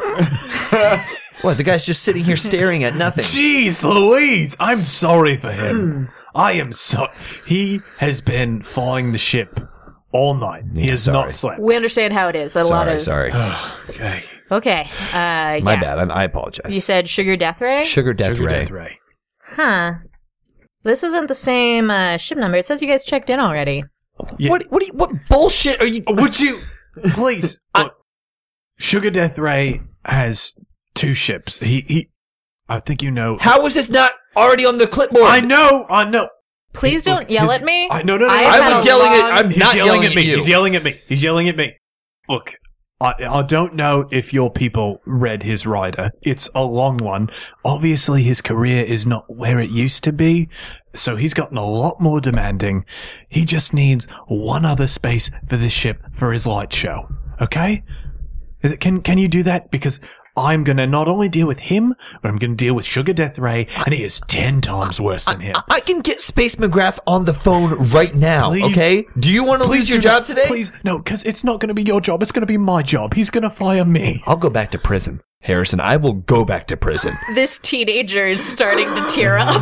Speaker 3: What? The guy's just sitting here staring at nothing.
Speaker 5: Jeez Louise, I'm sorry for
Speaker 3: Hmm.
Speaker 5: him. I am so. He has been following the ship all night. He
Speaker 3: Yeah,
Speaker 5: has
Speaker 3: sorry.
Speaker 5: not slept.
Speaker 6: We understand how it is. A lot
Speaker 3: sorry,
Speaker 6: of
Speaker 3: sorry.
Speaker 5: okay.
Speaker 6: okay. Uh,
Speaker 3: My
Speaker 6: yeah.
Speaker 3: bad. I'm, I apologize.
Speaker 6: You said sugar death ray.
Speaker 3: Sugar Death
Speaker 5: Sugar
Speaker 3: Ray.
Speaker 5: Death Ray.
Speaker 6: Huh. This isn't the same uh, ship number. It says you guys checked in already.
Speaker 3: What? What? do you, what bullshit are you?
Speaker 5: Oh, Would you please? look, Sugar Death Ray has two ships. He he. I think you know.
Speaker 3: How was this not already on the clipboard?
Speaker 5: I know. I know.
Speaker 6: Please don't yell
Speaker 5: his-
Speaker 6: at me.
Speaker 5: I- no, no, no,
Speaker 6: I've
Speaker 5: no.
Speaker 3: I
Speaker 6: had
Speaker 3: was
Speaker 6: a
Speaker 3: yelling at-
Speaker 6: long-
Speaker 3: I'm
Speaker 5: He's
Speaker 3: not
Speaker 5: yelling,
Speaker 3: yelling
Speaker 5: at
Speaker 3: at
Speaker 5: me.
Speaker 3: you.
Speaker 5: He's yelling at me. He's yelling at me. Look, I, I don't know if your people read his rider. It's a long one. Obviously, his career is not where it used to be, so he's gotten a lot more demanding. He just needs one other space for this ship for his light show. Okay? Is it- Can can you do that? Because I'm gonna not only deal with him, but I'm gonna deal with Sugar Death Ray, and he is ten times worse than him.
Speaker 3: I can get Space McGrath on the phone right now.
Speaker 5: Please.
Speaker 3: okay? Do you want to lose
Speaker 5: Please
Speaker 3: your
Speaker 5: do
Speaker 3: job
Speaker 5: not-
Speaker 3: today?
Speaker 5: Please, no, because it's not going to be your job. It's going to be my job. He's going to fire me.
Speaker 3: I'll go back to prison, Harrison. I will go back to prison.
Speaker 6: This teenager is starting to tear up.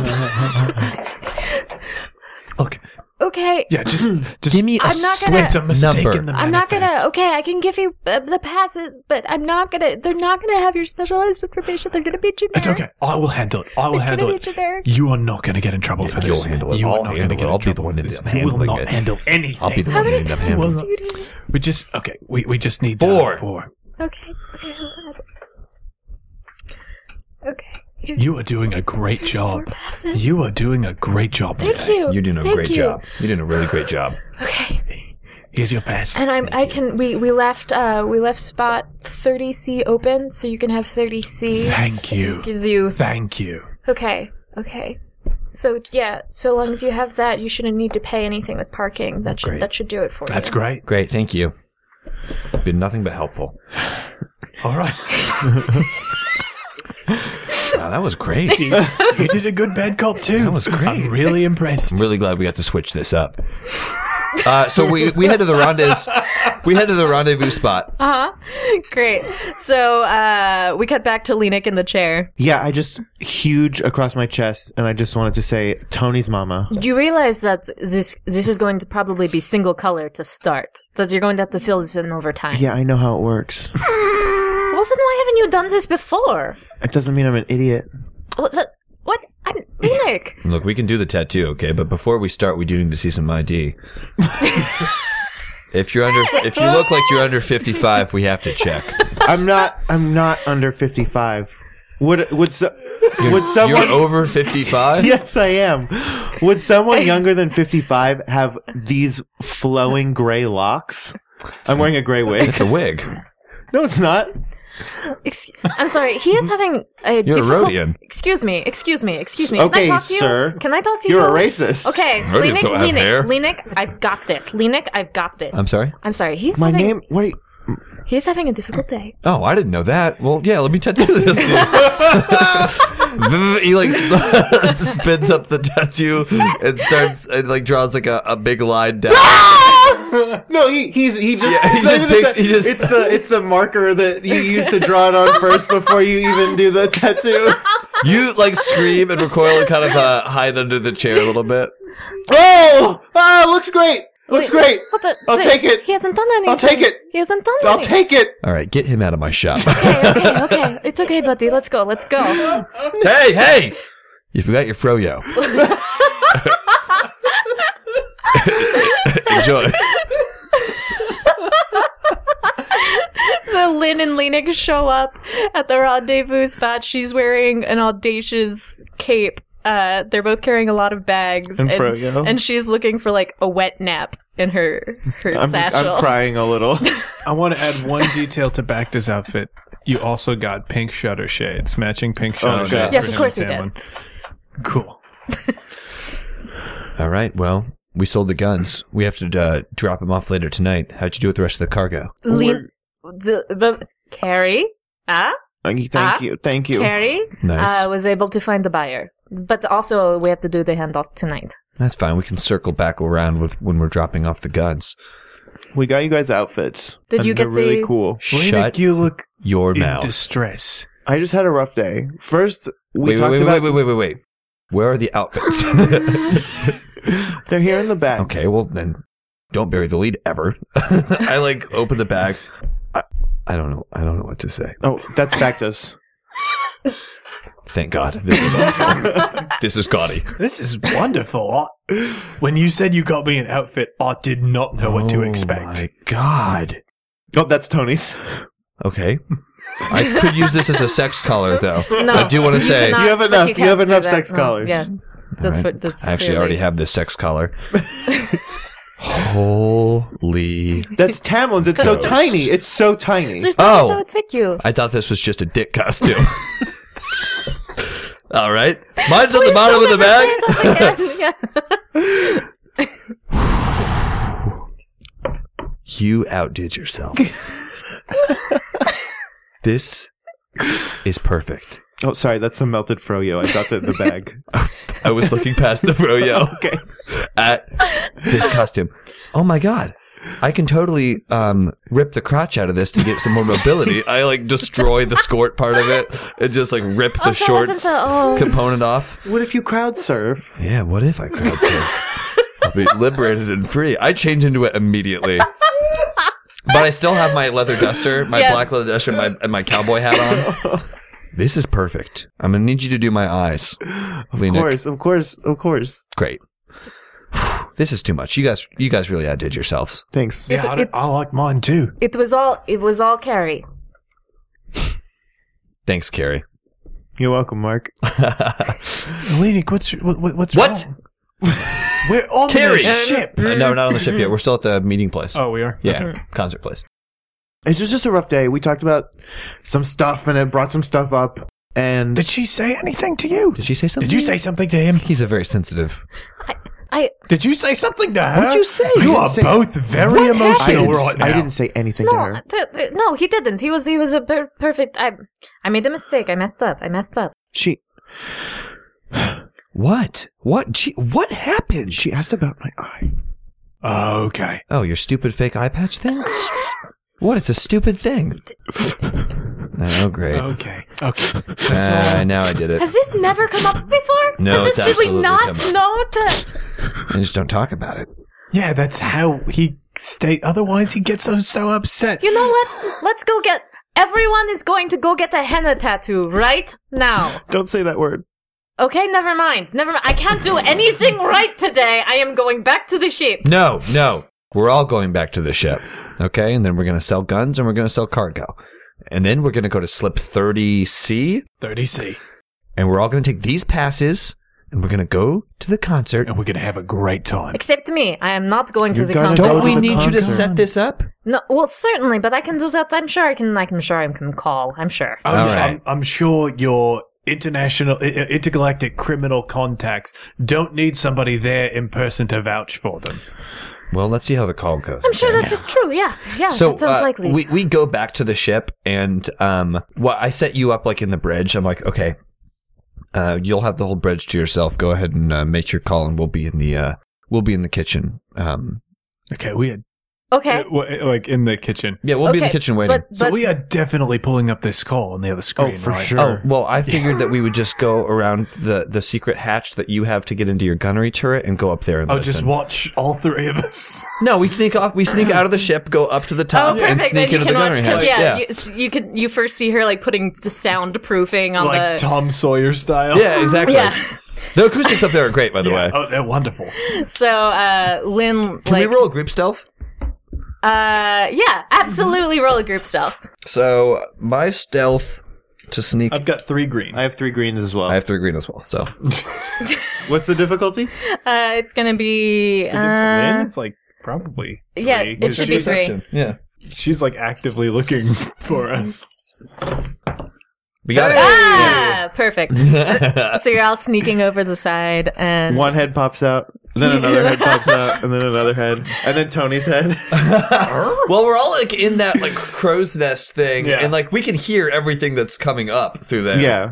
Speaker 5: Look,
Speaker 6: okay.
Speaker 5: yeah, just, just
Speaker 3: Hmm. Give me a
Speaker 6: I'm not gonna-
Speaker 3: slight
Speaker 5: It's a mistake
Speaker 3: number.
Speaker 5: in the
Speaker 6: I'm not gonna.
Speaker 5: manifest.
Speaker 6: Okay, I can give you uh, the passes, but I'm not gonna. They're not gonna have your specialized information. They're gonna be generic.
Speaker 5: It's okay. I will handle it. I will
Speaker 6: It's gonna
Speaker 5: handle
Speaker 6: be
Speaker 5: it.
Speaker 6: generic.
Speaker 5: You are not going to get in trouble for
Speaker 3: Yeah, you'll
Speaker 5: this.
Speaker 3: handle it.
Speaker 5: You
Speaker 3: I'll
Speaker 5: are not going to
Speaker 3: handle it.
Speaker 5: get
Speaker 3: I'll
Speaker 5: in
Speaker 3: be the
Speaker 5: trouble
Speaker 3: one
Speaker 5: for
Speaker 3: that
Speaker 5: this.
Speaker 3: I'm
Speaker 5: You will
Speaker 3: handling
Speaker 5: not
Speaker 3: it.
Speaker 5: handle anything.
Speaker 3: I'll be the
Speaker 6: How
Speaker 3: one to
Speaker 6: many
Speaker 3: end up
Speaker 6: passes
Speaker 3: handling.
Speaker 5: him.
Speaker 6: do you need?
Speaker 5: We just okay. We we just need uh,
Speaker 3: Four.
Speaker 5: four.
Speaker 6: Okay. Okay. hold on. Okay. Here's,
Speaker 5: You are doing a great
Speaker 6: here's
Speaker 5: job.
Speaker 6: Four passes.
Speaker 5: You are doing a great job
Speaker 6: Thank
Speaker 5: today.
Speaker 6: you.
Speaker 3: You're doing a
Speaker 6: Thank
Speaker 3: great
Speaker 6: you.
Speaker 3: job. You're doing a really great job.
Speaker 6: Okay.
Speaker 5: Here's your pass.
Speaker 6: And I'm, I can. We we left. Uh, we left spot 30C open, so you can have 30C.
Speaker 5: Thank you.
Speaker 6: Gives you.
Speaker 5: Thank you.
Speaker 6: Okay. Okay. So yeah. So long as you have that, you shouldn't need to pay anything with parking. That should
Speaker 3: Great.
Speaker 6: that should do it for you.
Speaker 5: That's great.
Speaker 3: Great, thank you. Been nothing but helpful.
Speaker 5: All right.
Speaker 3: Wow, that was great.
Speaker 5: you did a good bad cop too.
Speaker 3: That was great.
Speaker 5: I'm really impressed.
Speaker 3: I'm really glad we got to switch this up. Uh, so we we head to the Rondas. we head to the rendezvous spot.
Speaker 6: Uh huh. Great. So uh, we cut back to Lenik in the chair.
Speaker 4: Yeah, I just huge across my chest, and I just wanted to say Tony's mama.
Speaker 6: Do you realize that this this is going to probably be single color to start? That you're going to have to fill this in over time.
Speaker 4: Yeah, I know how it works.
Speaker 6: Well, then why haven't you done this before?
Speaker 4: It doesn't mean I'm an idiot.
Speaker 6: What's that? What? I'm Lenik.
Speaker 3: Look, we can do the tattoo, okay? But before we start, we do need to see some ID. if you're under, if you look like you're under 55, we have to check.
Speaker 4: I'm not. I'm not under 55. Would would so, would
Speaker 3: You're
Speaker 4: someone?
Speaker 3: over 55.
Speaker 4: Yes, I am. Would someone younger than 55 have these flowing gray locks? I'm wearing a gray wig.
Speaker 3: It's a wig.
Speaker 4: No, it's not.
Speaker 6: Excuse- I'm sorry. He is having a
Speaker 3: You're a
Speaker 6: difficult-
Speaker 3: Rhodian.
Speaker 6: Excuse me. Excuse me. Excuse me.
Speaker 4: Okay,
Speaker 6: Can I talk to you?
Speaker 4: sir.
Speaker 6: Can I talk to you?
Speaker 4: You're a racist.
Speaker 6: Okay,
Speaker 3: Rhodians
Speaker 6: Lenik,
Speaker 3: don't have hair.
Speaker 6: Lenik, Lenik, I've got this. Lenik, I've got this.
Speaker 3: I'm sorry.
Speaker 6: I'm sorry. He's
Speaker 4: My
Speaker 6: having,
Speaker 4: name. What? Are you,
Speaker 6: He's having a difficult day.
Speaker 3: Oh, I didn't know that. Well, yeah, let me tattoo this dude. he like spins up the tattoo and starts and like draws like a, a big line down.
Speaker 4: no, he he's he just.
Speaker 3: Yeah, he
Speaker 4: it's not
Speaker 3: just
Speaker 4: even the
Speaker 3: picks-
Speaker 4: ta-
Speaker 3: he just-
Speaker 4: It's the it's the marker that you used to draw it on first before you even do the tattoo.
Speaker 3: You like scream and recoil and kind of uh, hide under the chair a little bit.
Speaker 4: Oh, ah, looks great. Looks
Speaker 6: Wait,
Speaker 4: great.
Speaker 6: What the,
Speaker 4: I'll
Speaker 6: so-
Speaker 4: take it.
Speaker 6: He hasn't done anything.
Speaker 4: I'll take it.
Speaker 6: He hasn't done
Speaker 4: I'll
Speaker 6: anything.
Speaker 4: take it.
Speaker 3: All right, get him out of my shop.
Speaker 6: Okay, okay, okay. It's okay, buddy. Let's go. Let's go.
Speaker 3: hey, hey! You forgot your froyo. Enjoy.
Speaker 6: So Lynn and Lenik show up at the rendezvous spot. She's wearing an audacious cape. Uh, they're both carrying a lot of bags,
Speaker 4: And Froyo.
Speaker 6: and she's looking for like a wet nap in her her
Speaker 4: I'm,
Speaker 6: satchel.
Speaker 4: I'm crying a little.
Speaker 5: I want to add one detail to Bacta's outfit. You also got pink shutter shades, matching pink shutter
Speaker 4: Oh,
Speaker 5: shades.
Speaker 4: God.
Speaker 6: Yes,
Speaker 5: for
Speaker 6: of
Speaker 5: him
Speaker 6: course
Speaker 5: and Tamlin.
Speaker 6: we
Speaker 5: Cool.
Speaker 3: All right, well, we sold the guns. We have to uh, drop them off later tonight. How'd you do with the rest of the cargo?
Speaker 6: Lin- the, but Carrie, ah,
Speaker 4: Thank you.
Speaker 6: Ah,
Speaker 4: Thank you. Thank you.
Speaker 6: Carrie,
Speaker 3: Nice.
Speaker 6: uh, was able to find the buyer. But also, we have to do the handoff tonight.
Speaker 3: That's fine. We can circle back around with when we're dropping off the guns.
Speaker 4: We got you guys outfits.
Speaker 6: Did
Speaker 4: and
Speaker 6: you get
Speaker 4: they're really
Speaker 6: the-
Speaker 4: cool?
Speaker 3: Shut
Speaker 5: you look
Speaker 3: your
Speaker 5: in
Speaker 3: mouth.
Speaker 5: distress.
Speaker 4: I just had a rough day. First, we
Speaker 3: wait,
Speaker 4: talked
Speaker 3: wait, wait,
Speaker 4: about
Speaker 3: wait, wait, wait, wait. Where are the outfits?
Speaker 4: they're here in the back.
Speaker 3: Okay, well then, don't bury the lead ever. I like open the bag. I, I don't know. I don't know what to say.
Speaker 4: Oh, that's back to us.
Speaker 3: Thank God, this is awful. this is gaudy.
Speaker 5: This is wonderful. I- when you said you got me an outfit, I did not know
Speaker 6: Oh
Speaker 5: what to expect.
Speaker 3: my God.
Speaker 4: Oh, that's Tony's.
Speaker 3: Okay. I could use this as a sex collar, though.
Speaker 6: No,
Speaker 3: I do want to
Speaker 6: you
Speaker 3: say.
Speaker 6: cannot-
Speaker 4: You have
Speaker 6: but
Speaker 4: enough- you
Speaker 6: can't
Speaker 4: have
Speaker 6: do
Speaker 4: enough
Speaker 6: that.
Speaker 4: sex
Speaker 6: No,
Speaker 4: collars.
Speaker 6: Yeah,
Speaker 3: All
Speaker 6: that's
Speaker 3: right.
Speaker 6: what. That's
Speaker 3: I actually
Speaker 6: clearly-
Speaker 3: already have this sex collar. Holy!
Speaker 4: That's Tamlin's. It's so
Speaker 3: Gross.
Speaker 4: tiny. It's so tiny.
Speaker 6: There's nothing
Speaker 3: Oh.
Speaker 6: that would fit you.
Speaker 3: I thought this was just a dick costume. All right, mine's on the bottom of the bag.
Speaker 6: yeah.
Speaker 3: You outdid yourself. this is perfect.
Speaker 4: Oh, sorry. That's some melted froyo. I dropped it in the bag.
Speaker 3: I was looking past the froyo
Speaker 4: Okay.
Speaker 3: at this costume. Oh my god. I can totally um, rip the crotch out of this to get some more mobility. I like destroy the skort part of it and just like rip the
Speaker 6: Also,
Speaker 3: shorts
Speaker 6: Oh, wasn't the- oh.
Speaker 3: component off.
Speaker 4: What if you crowd surf?
Speaker 3: Yeah, what if I crowd surf? I'll be liberated and free. I change into it immediately. But I still have my leather duster, my
Speaker 6: Yes.
Speaker 3: black leather duster, and my, and my cowboy hat on. This is perfect. I'm gonna need you to do my eyes. Of
Speaker 4: Of course, of course, of course.
Speaker 3: Great. This is too much. You guys, you guys really outdid yourselves.
Speaker 4: Thanks.
Speaker 5: Yeah, I, don't- I like mine too.
Speaker 6: It was all. It was all Carrie.
Speaker 3: Thanks, Carrie.
Speaker 4: You're welcome, Mark.
Speaker 5: Lenik, what's what, what- what's
Speaker 3: What?
Speaker 5: wrong? We're on
Speaker 3: Carrie!
Speaker 5: the ship.
Speaker 3: Uh, no, not on the ship yet. We're still at the meeting place.
Speaker 5: Oh, we are.
Speaker 3: yeah, concert place.
Speaker 4: It was just a rough day. We talked about some stuff and it brought some stuff up. And
Speaker 5: Did she say anything to you?
Speaker 3: Did she say something?
Speaker 5: Did you say something to him?
Speaker 3: He's a very sensitive.
Speaker 6: I.
Speaker 5: Did you say something to her?
Speaker 4: What'd you say? I
Speaker 5: You
Speaker 4: didn't
Speaker 5: are
Speaker 4: say-
Speaker 5: both very
Speaker 4: I
Speaker 5: emotional
Speaker 4: didn't,
Speaker 5: right now.
Speaker 4: I didn't say anything to
Speaker 6: No,
Speaker 4: her.
Speaker 6: th- th- no, he didn't. He was. He was a per- perfect. I. I made a mistake. I messed up. I messed up.
Speaker 4: She
Speaker 3: What? What? Gee, what happened?
Speaker 4: she asked about my eye.
Speaker 5: Okay.
Speaker 3: Oh, your stupid fake eye patch thing? what? It's a stupid thing. Oh, great.
Speaker 5: Okay. Okay.
Speaker 3: Ah, now I did it.
Speaker 6: Has this never come up before?
Speaker 3: No,
Speaker 6: Has
Speaker 3: it's
Speaker 6: this really
Speaker 3: absolutely
Speaker 6: not
Speaker 3: come
Speaker 6: known to?
Speaker 3: I just don't talk about it.
Speaker 5: Yeah, that's how he stay. Otherwise, he gets so, so upset.
Speaker 6: You know what? Let's go get. Everyone is going to go get a henna tattoo right now.
Speaker 4: Don't say that word.
Speaker 6: Okay, never mind. Never mind. I can't do anything right today. I am going back to the ship.
Speaker 3: No, no. We're all going back to the ship. Okay? And then we're going to sell guns and we're going to sell cargo. And then we're going to go to slip 30C
Speaker 5: 30C.
Speaker 3: and we're all going to take these passes and we're going to go to the concert.
Speaker 5: And we're going to have a great time.
Speaker 6: Except me. I am not going to
Speaker 4: You're
Speaker 6: the
Speaker 4: gonna
Speaker 6: concert.
Speaker 4: go
Speaker 3: Don't
Speaker 4: to
Speaker 3: we
Speaker 4: the
Speaker 3: need you to
Speaker 4: concert.
Speaker 3: set this up?
Speaker 6: No, well, certainly, but I can do that. I'm sure I can. I'm sure I can call. I'm sure.
Speaker 5: Oh,
Speaker 3: All
Speaker 5: yeah,
Speaker 3: right.
Speaker 5: I'm, I'm sure your international, i- i- intergalactic criminal contacts don't need somebody there in person to vouch for them.
Speaker 3: Well, let's see how the call goes.
Speaker 6: I'm sure that's just true. Yeah, yeah.
Speaker 3: so
Speaker 6: that sounds
Speaker 3: uh,
Speaker 6: likely.
Speaker 3: we we go back to the ship and um well I set you up like in the bridge. I'm like, okay, uh, you'll have the whole bridge to yourself. Go ahead and uh, make your call, and we'll be in the uh, we'll be in the kitchen. Um,
Speaker 5: Okay, we are,
Speaker 6: okay,
Speaker 7: Uh, wha- like in the kitchen.
Speaker 3: yeah, we'll be in the
Speaker 6: Okay,
Speaker 3: kitchen waiting.
Speaker 6: but
Speaker 5: so
Speaker 6: but
Speaker 5: we are definitely pulling up this call on the other screen,
Speaker 4: for
Speaker 5: right?
Speaker 4: sure.
Speaker 3: Oh well, I figured that we would just go around the, the secret hatch that you have to get into your gunnery turret and go up there and
Speaker 5: Oh,
Speaker 3: listen.
Speaker 5: just watch all three of us.
Speaker 3: no, we sneak off, we sneak out of the ship, go up to
Speaker 6: oh,
Speaker 3: the top,
Speaker 6: perfect.
Speaker 3: and
Speaker 6: then
Speaker 3: sneak
Speaker 6: you
Speaker 3: into the
Speaker 6: can watch
Speaker 3: gunnery hatch.
Speaker 6: because yeah, You, you can. You first see her like putting just soundproofing on
Speaker 5: like
Speaker 6: the.
Speaker 5: Tom Sawyer style.
Speaker 3: Yeah, exactly.
Speaker 6: Yeah.
Speaker 3: The acoustics up there are great, by the way.
Speaker 5: Oh, they're wonderful.
Speaker 6: So uh, Lynn
Speaker 3: Can
Speaker 6: like
Speaker 3: we roll a group stealth?
Speaker 6: uh yeah absolutely roll a group stealth.
Speaker 3: So my stealth to sneak.
Speaker 5: Oh.
Speaker 7: I've got three green.
Speaker 4: I have three greens as well.
Speaker 3: I have three green as well. So
Speaker 4: What's the difficulty?
Speaker 6: Uh, it's gonna be
Speaker 7: If it's Lynn,
Speaker 6: uh,
Speaker 7: it's like probably three.
Speaker 6: yeah, it
Speaker 7: 'cause
Speaker 6: should be
Speaker 7: she's-
Speaker 6: three.
Speaker 3: yeah,
Speaker 7: She's like actively looking for us.
Speaker 3: we got
Speaker 6: Ah, perfect.
Speaker 3: it.
Speaker 6: So you're all sneaking over the side and
Speaker 4: One head pops out, then another head pops out, and then another head, and then Tony's head.
Speaker 3: well, we're all like in that like crow's nest thing,
Speaker 4: Yeah.
Speaker 3: and like we can hear everything that's coming up through there.
Speaker 4: yeah.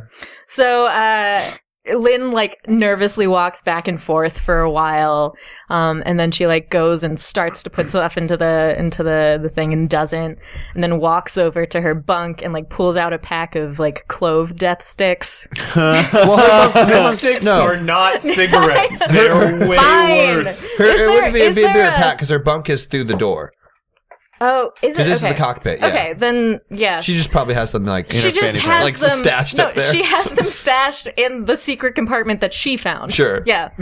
Speaker 6: So, uh, Lynn, like, nervously walks back and forth for a while. Um, and then she, like, goes and starts to put stuff into the, into the, the thing and doesn't. And then walks over to her bunk and, like, pulls out a pack of, like, clove death sticks.
Speaker 3: Well, her bunk- her bunk-
Speaker 7: Sticks
Speaker 3: no.
Speaker 7: are not cigarettes. They're way
Speaker 6: Fine.
Speaker 7: worse.
Speaker 3: Her,
Speaker 6: Is
Speaker 3: it
Speaker 6: there-
Speaker 3: wouldn't be a,
Speaker 6: is
Speaker 3: be a
Speaker 6: there
Speaker 3: beer
Speaker 6: a-
Speaker 3: pack because her bunk is through the door.
Speaker 6: Oh, is it?
Speaker 3: Because this
Speaker 6: okay.
Speaker 3: is the cockpit. Yeah.
Speaker 6: Okay, then, yeah.
Speaker 3: She just probably has them like in
Speaker 6: She
Speaker 3: her
Speaker 6: just
Speaker 3: fanny
Speaker 6: has
Speaker 3: pack, like
Speaker 6: them
Speaker 3: stashed
Speaker 6: no,
Speaker 3: up there.
Speaker 6: she has them stashed in the secret compartment that she found.
Speaker 3: Sure.
Speaker 6: Yeah.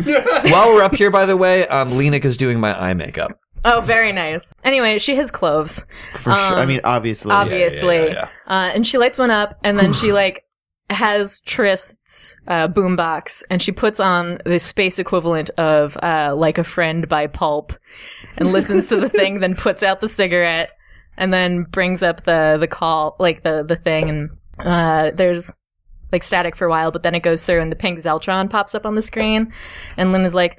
Speaker 3: While we're up here, by the way, um, Lenik is doing my eye makeup.
Speaker 6: Oh, very nice. Anyway, she has cloves.
Speaker 4: For sure. I mean, obviously.
Speaker 6: obviously.
Speaker 3: yeah, yeah,
Speaker 6: Uh, and she lights one up, and then she like has Trist's uh, boombox, and she puts on the space equivalent of uh, "Like a Friend" by Pulp, and listens to the thing, then puts out the cigarette, and then brings up the the call, like the the thing, and uh, there's like static for a while, but then it goes through, and the pink Zeltron pops up on the screen, and Lynn is like.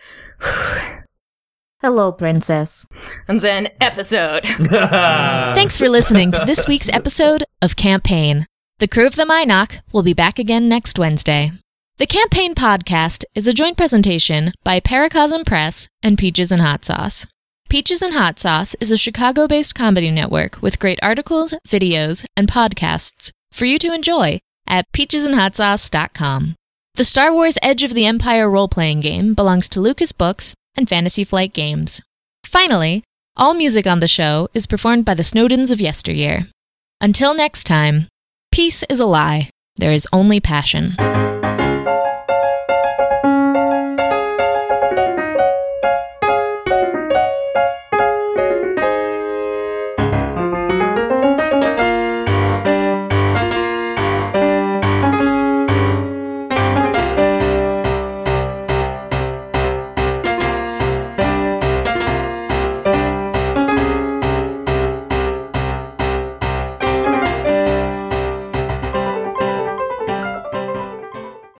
Speaker 1: Hello, princess.
Speaker 6: And then episode.
Speaker 1: Thanks for listening to this week's episode of Campaign. The crew of the Minoc will be back again next Wednesday. The Campaign podcast is a joint presentation by Paracosm Press and Peaches and Hot Sauce. Peaches and Hot Sauce is a Chicago based comedy network with great articles, videos, and podcasts for you to enjoy at peachesandhotsauce.com. The Star Wars Edge of the Empire role playing game belongs to Lucas Books and Fantasy Flight Games. Finally, all music on the show is performed by the Snowdens of yesteryear. Until next time, peace is a lie. There is only passion.